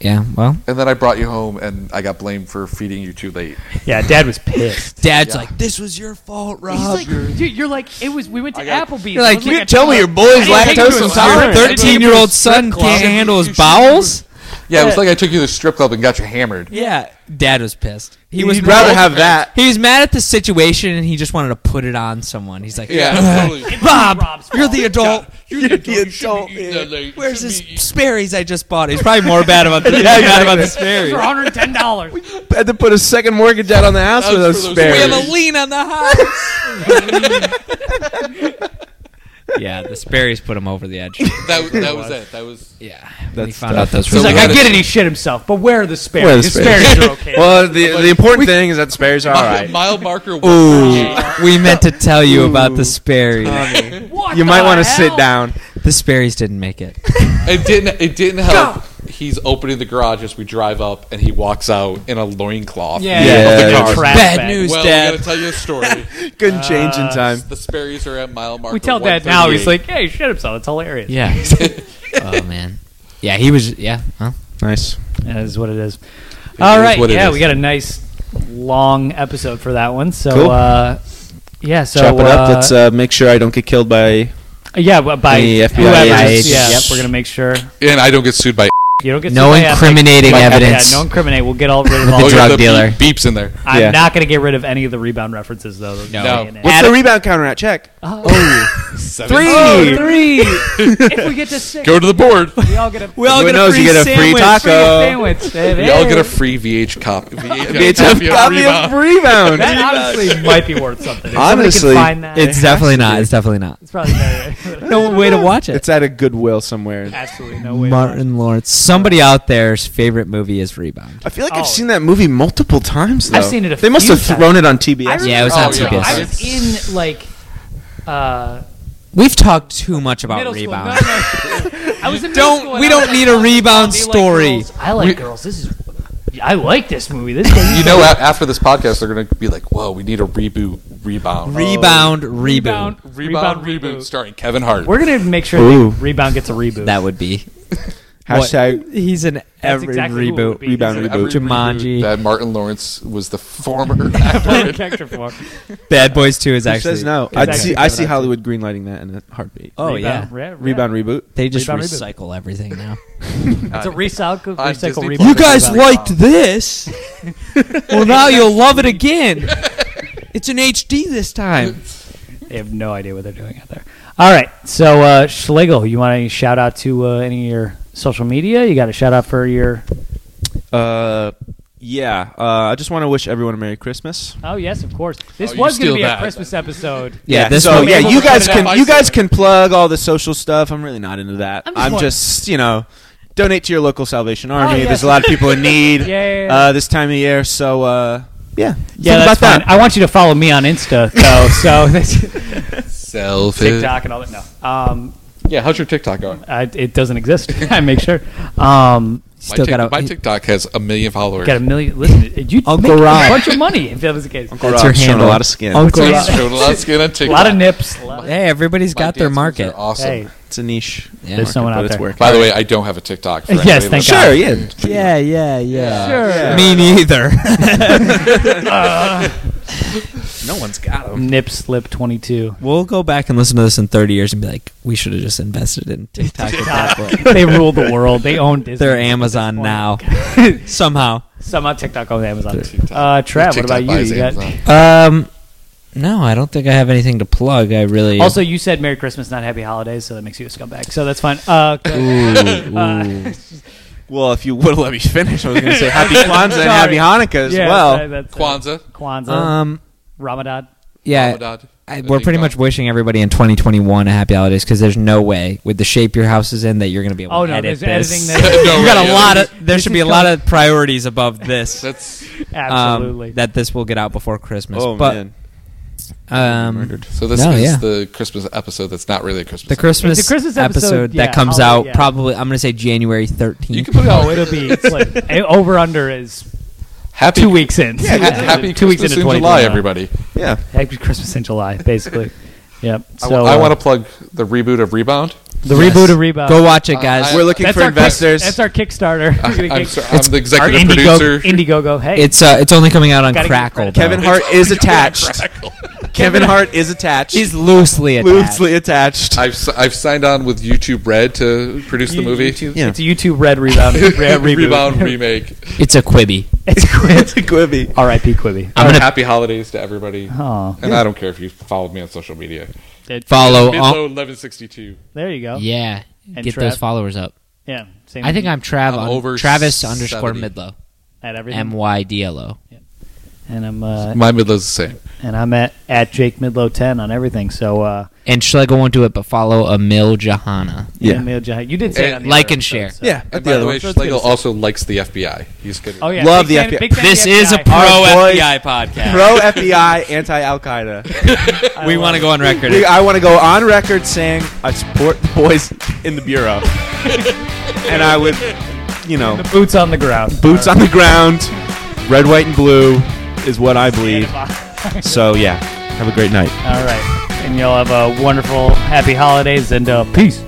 Yeah. Well, and then I brought you home, and I got blamed for feeding you too late. Yeah, Dad was pissed. Dad's Yeah. like, "This was your fault, Rob." He's like, dude, you're like, it was. We went to I got- Applebee's. You're like, It was you a- tell me your boy's I didn't take you lactose to a intolerant. strip- Thirteen-year-old son strip club. can't handle his You should- bowels. Yeah, it was like I took you to the strip club and got you hammered. Yeah, Dad was pissed. He was You'd rather mad- have that. He was mad at the situation, and he just wanted to put it on someone. He's like, Yeah, totally. Rob, Rob's you're fault." the adult. You're the adult. You adult, shouldn't be eating yeah. that late. You Where's shouldn't this be eating- Sperry's I just bought? He's probably more bad about the, mad about the Sperry's. For hundred ten dollars. Had to put a second mortgage out on the house That for was those for those We have spares. a lien on the house. yeah, the Sperry's put him over the edge. That, that was it. That was. Yeah, he That's found tough. out those. He's were like, real- I get it. He shit himself, but where are the spares? Where are the spares? spares are okay. Well, the the important thing is that spares are all My, right. mile marker. was- we meant to tell you about the Sperry's. What You might the want to hell? sit down. The Sperry's didn't make it. It didn't. It didn't help. He's opening the garage as we drive up, and he walks out in a loincloth. Yeah, Yeah. the Yeah. trash Bad bag. news. Well, Dad. we gotta tell you a story. Couldn't change in time. the Sperry's are at mile marker. We tell Dad now. He's 138. like, hey, shit himself. It's hilarious. Yeah. oh man. Yeah, he was. Yeah. Huh? Nice. That is what it is. All is right, what it yeah, is. we got a nice long episode for that one. So, Cool. uh, yeah, so Chop it up. uh, Let's uh, make sure I don't get killed by. yeah, but by Any FBI whoever. agents. Yeah, yep, we're gonna make sure and I don't get sued by. you don't get No sued by FBI. incriminating evidence. Yeah, no incriminate. We'll get all rid of The all. drug beep- dealer. beeps in there. I'm Yeah. not gonna get rid of any of the rebound references though. No. What's Adam- the rebound counter at? Check. Seven. Oh, three. if we get to six, Go to the board. we all get a We all Who get knows? a free You get a free sandwich. taco. free sandwich. We all get a free VH copy. VH It's a copy of rebound. that honestly might be worth something. If Honestly, somebody can find that, It's definitely not. It's definitely not. it's probably very, No way to watch it. It's at a Goodwill somewhere. absolutely no way. Martin Lawrence. Somebody out there's favorite movie is Rebound. I feel like Oh. I've seen that movie multiple times. Though. I've seen it a They must few have thrown it on TBS. I remember- Yeah, it was on oh, TBS. I was in like uh, We've talked too much about middle Rebound. school. No, no. I was in middle Don't- school and we I don't was like, need a oh, rebound they like story. girls. I like girls. This is. I like this movie. This thing. You know, a- after this podcast, they're gonna be like, "Whoa, we need a reboot, Oh. rebound, Rebound, rebound, Rebound. rebound, Rebound, reboot," reboot. starring Kevin Hart. We're gonna make sure Ooh. that rebound gets a reboot. That would be Hashtag What? He's in That's every exactly who it would reboot. be. Rebound He's Every in reboot. Jumanji. that Martin Lawrence was the former actor. in. character form. Bad Boys Two is Who actually says no? is I actually see. I Kevin see Hart. Hollywood greenlighting that in a heartbeat. Oh yeah, Rebound, re- re- Rebound reboot. they just Rebound, reboot. recycle everything now. It's a recycle, On recycle, Disney rebound. Plus. You guys Rebound. liked this? well, now you'll love it again. It's an HD this time. They have no idea what they're doing out there. All right, so uh, Schlegel, you want any shout out to uh, any of your social media? You got a shout out for your? Uh, yeah. Uh, I just want to wish everyone a Merry Christmas. Oh yes, of course. This Oh, you was going to steal be that. a Christmas episode. Yeah, this so one- yeah, you guys Yeah, I can you said guys it. can plug all the social stuff. I'm really not into that. I'm I'm just just, one- Oh, you know, donate to your local Salvation Army. yeah. There's a lot of people in need Yeah, yeah, yeah. Uh, this time of year. So uh, yeah, Yeah, think that's about fine. I want you to follow me on Insta though. so that's Selfie. TikTok and all that. No, um, Yeah, how's your TikTok going? I, it doesn't exist. I make sure. Um, My, Still Tik- got my a. TikTok has a million followers. got a million. Listen, you Uncle make a Rob. bunch of money if that was the case. that. That's your Showing handle. a lot of skin. Uncle Rob. He's showing a lot of skin on A TikTok. lot of nips. a lot of- Hey, everybody's My got their dance moves market. are Awesome. Hey, It's a niche. Yeah. there's someone but out it's there. working. By the way, I don't have a TikTok. for Yes, anybody thank listening. Sure. Yeah. Yeah, yeah, yeah. Sure. Yeah. Me neither. No one's got them. Nip slip twenty two. we'll go back and listen to this in 30 years and be like, we should have just invested in TikTok. at that point. they rule the world. They own Disney. They're Amazon now. Somehow. Somehow TikTok owns Amazon. TikTok. Uh, Trav, what TikTok about you? buys you got- Amazon. Um, no, I don't think I have anything to plug. I really Also, you said Merry Christmas, not Happy Holidays, so that makes you a scumbag. So that's fine. Uh, uh, Well, if you would let me finish, I was going to say Happy Kwanzaa and Happy Hanukkah as yeah, well. that- that's it. Kwanzaa. Kwanzaa, um Ramadan. yeah. Ramadan. I, I we're think pretty not. much wishing everybody in 2021 a happy holidays because there's no way with the shape your house is in that you're going to be able Oh, to no, edit there's this. editing that- No you got way. a lot of. There This should is be a lot of priorities above this. That's um, Absolutely. that this will get out before Christmas. Oh but, man, Um, murdered. so. This No, is yeah. the Christmas episode. That's not really a Christmas. the Christmas, The Christmas episode, episode, yeah, that comes I'll- out yeah. probably I'm going to say January 13th. episode. You can put it out. oh, it'll be it's like over under is happy two weeks in. Yeah, ha- happy two weeks Christmas into in 2021. July, everybody. Yeah, Happy Christmas in July, basically. yep. I So wa- I, uh, want to plug the reboot of Rebound. the Yes. reboot of Rebound. Go watch it, guys. I- we're looking That's for our kick- investors. that's our Kickstarter. We're gonna I'm, kick- sorry, I'm the our executive Indiegogo, producer. Indiegogo. Hey, it's uh, it's only coming out on Gotta give Crackle. credit. though. Kevin Hart is attached. Kevin Hart is attached. He's loosely attached. loosely attached. I've, s- I've signed on with YouTube Red to produce the you- movie. YouTube- Yeah. It's a YouTube Red Rebound. Re- reboot. Rebound remake. It's a Quibi. it's It's Quibi. a Quibi. R.I.P. Quibi. I'm gonna happy holidays to everybody. Oh, And I don't care if you followed me on social media. follow. Mid All, low eleven sixty two. there you go. Yeah, yeah, And get Trav. those followers up. same I think I'm Trav. I'm on- over Travis 70. underscore Midlow. at everything, M Y D L O. and I'm uh, My midlow's the same. and I'm at at Jake Midlow ten on everything. So uh, And Schlegel won't do it, but follow Emil Johanna. Yeah. and Emil Jahan- you did say And it on the like other and episode, share. so- Yeah, And at the by the other way, one. Schlegel also likes the FBI. He's good. Oh yeah, Love big the fan- FBI. big fan of This the is a FBI. pro Our boys- FBI podcast. Pro FBI, anti Al Qaeda. we want to go on record. I want to go on record saying I support the boys in the bureau, and I would, you know, boots on the ground. boots on the ground, red, white, and blue is what I believe. All So yeah, have a great night. right, and y'all have a wonderful, happy holidays, and uh, peace.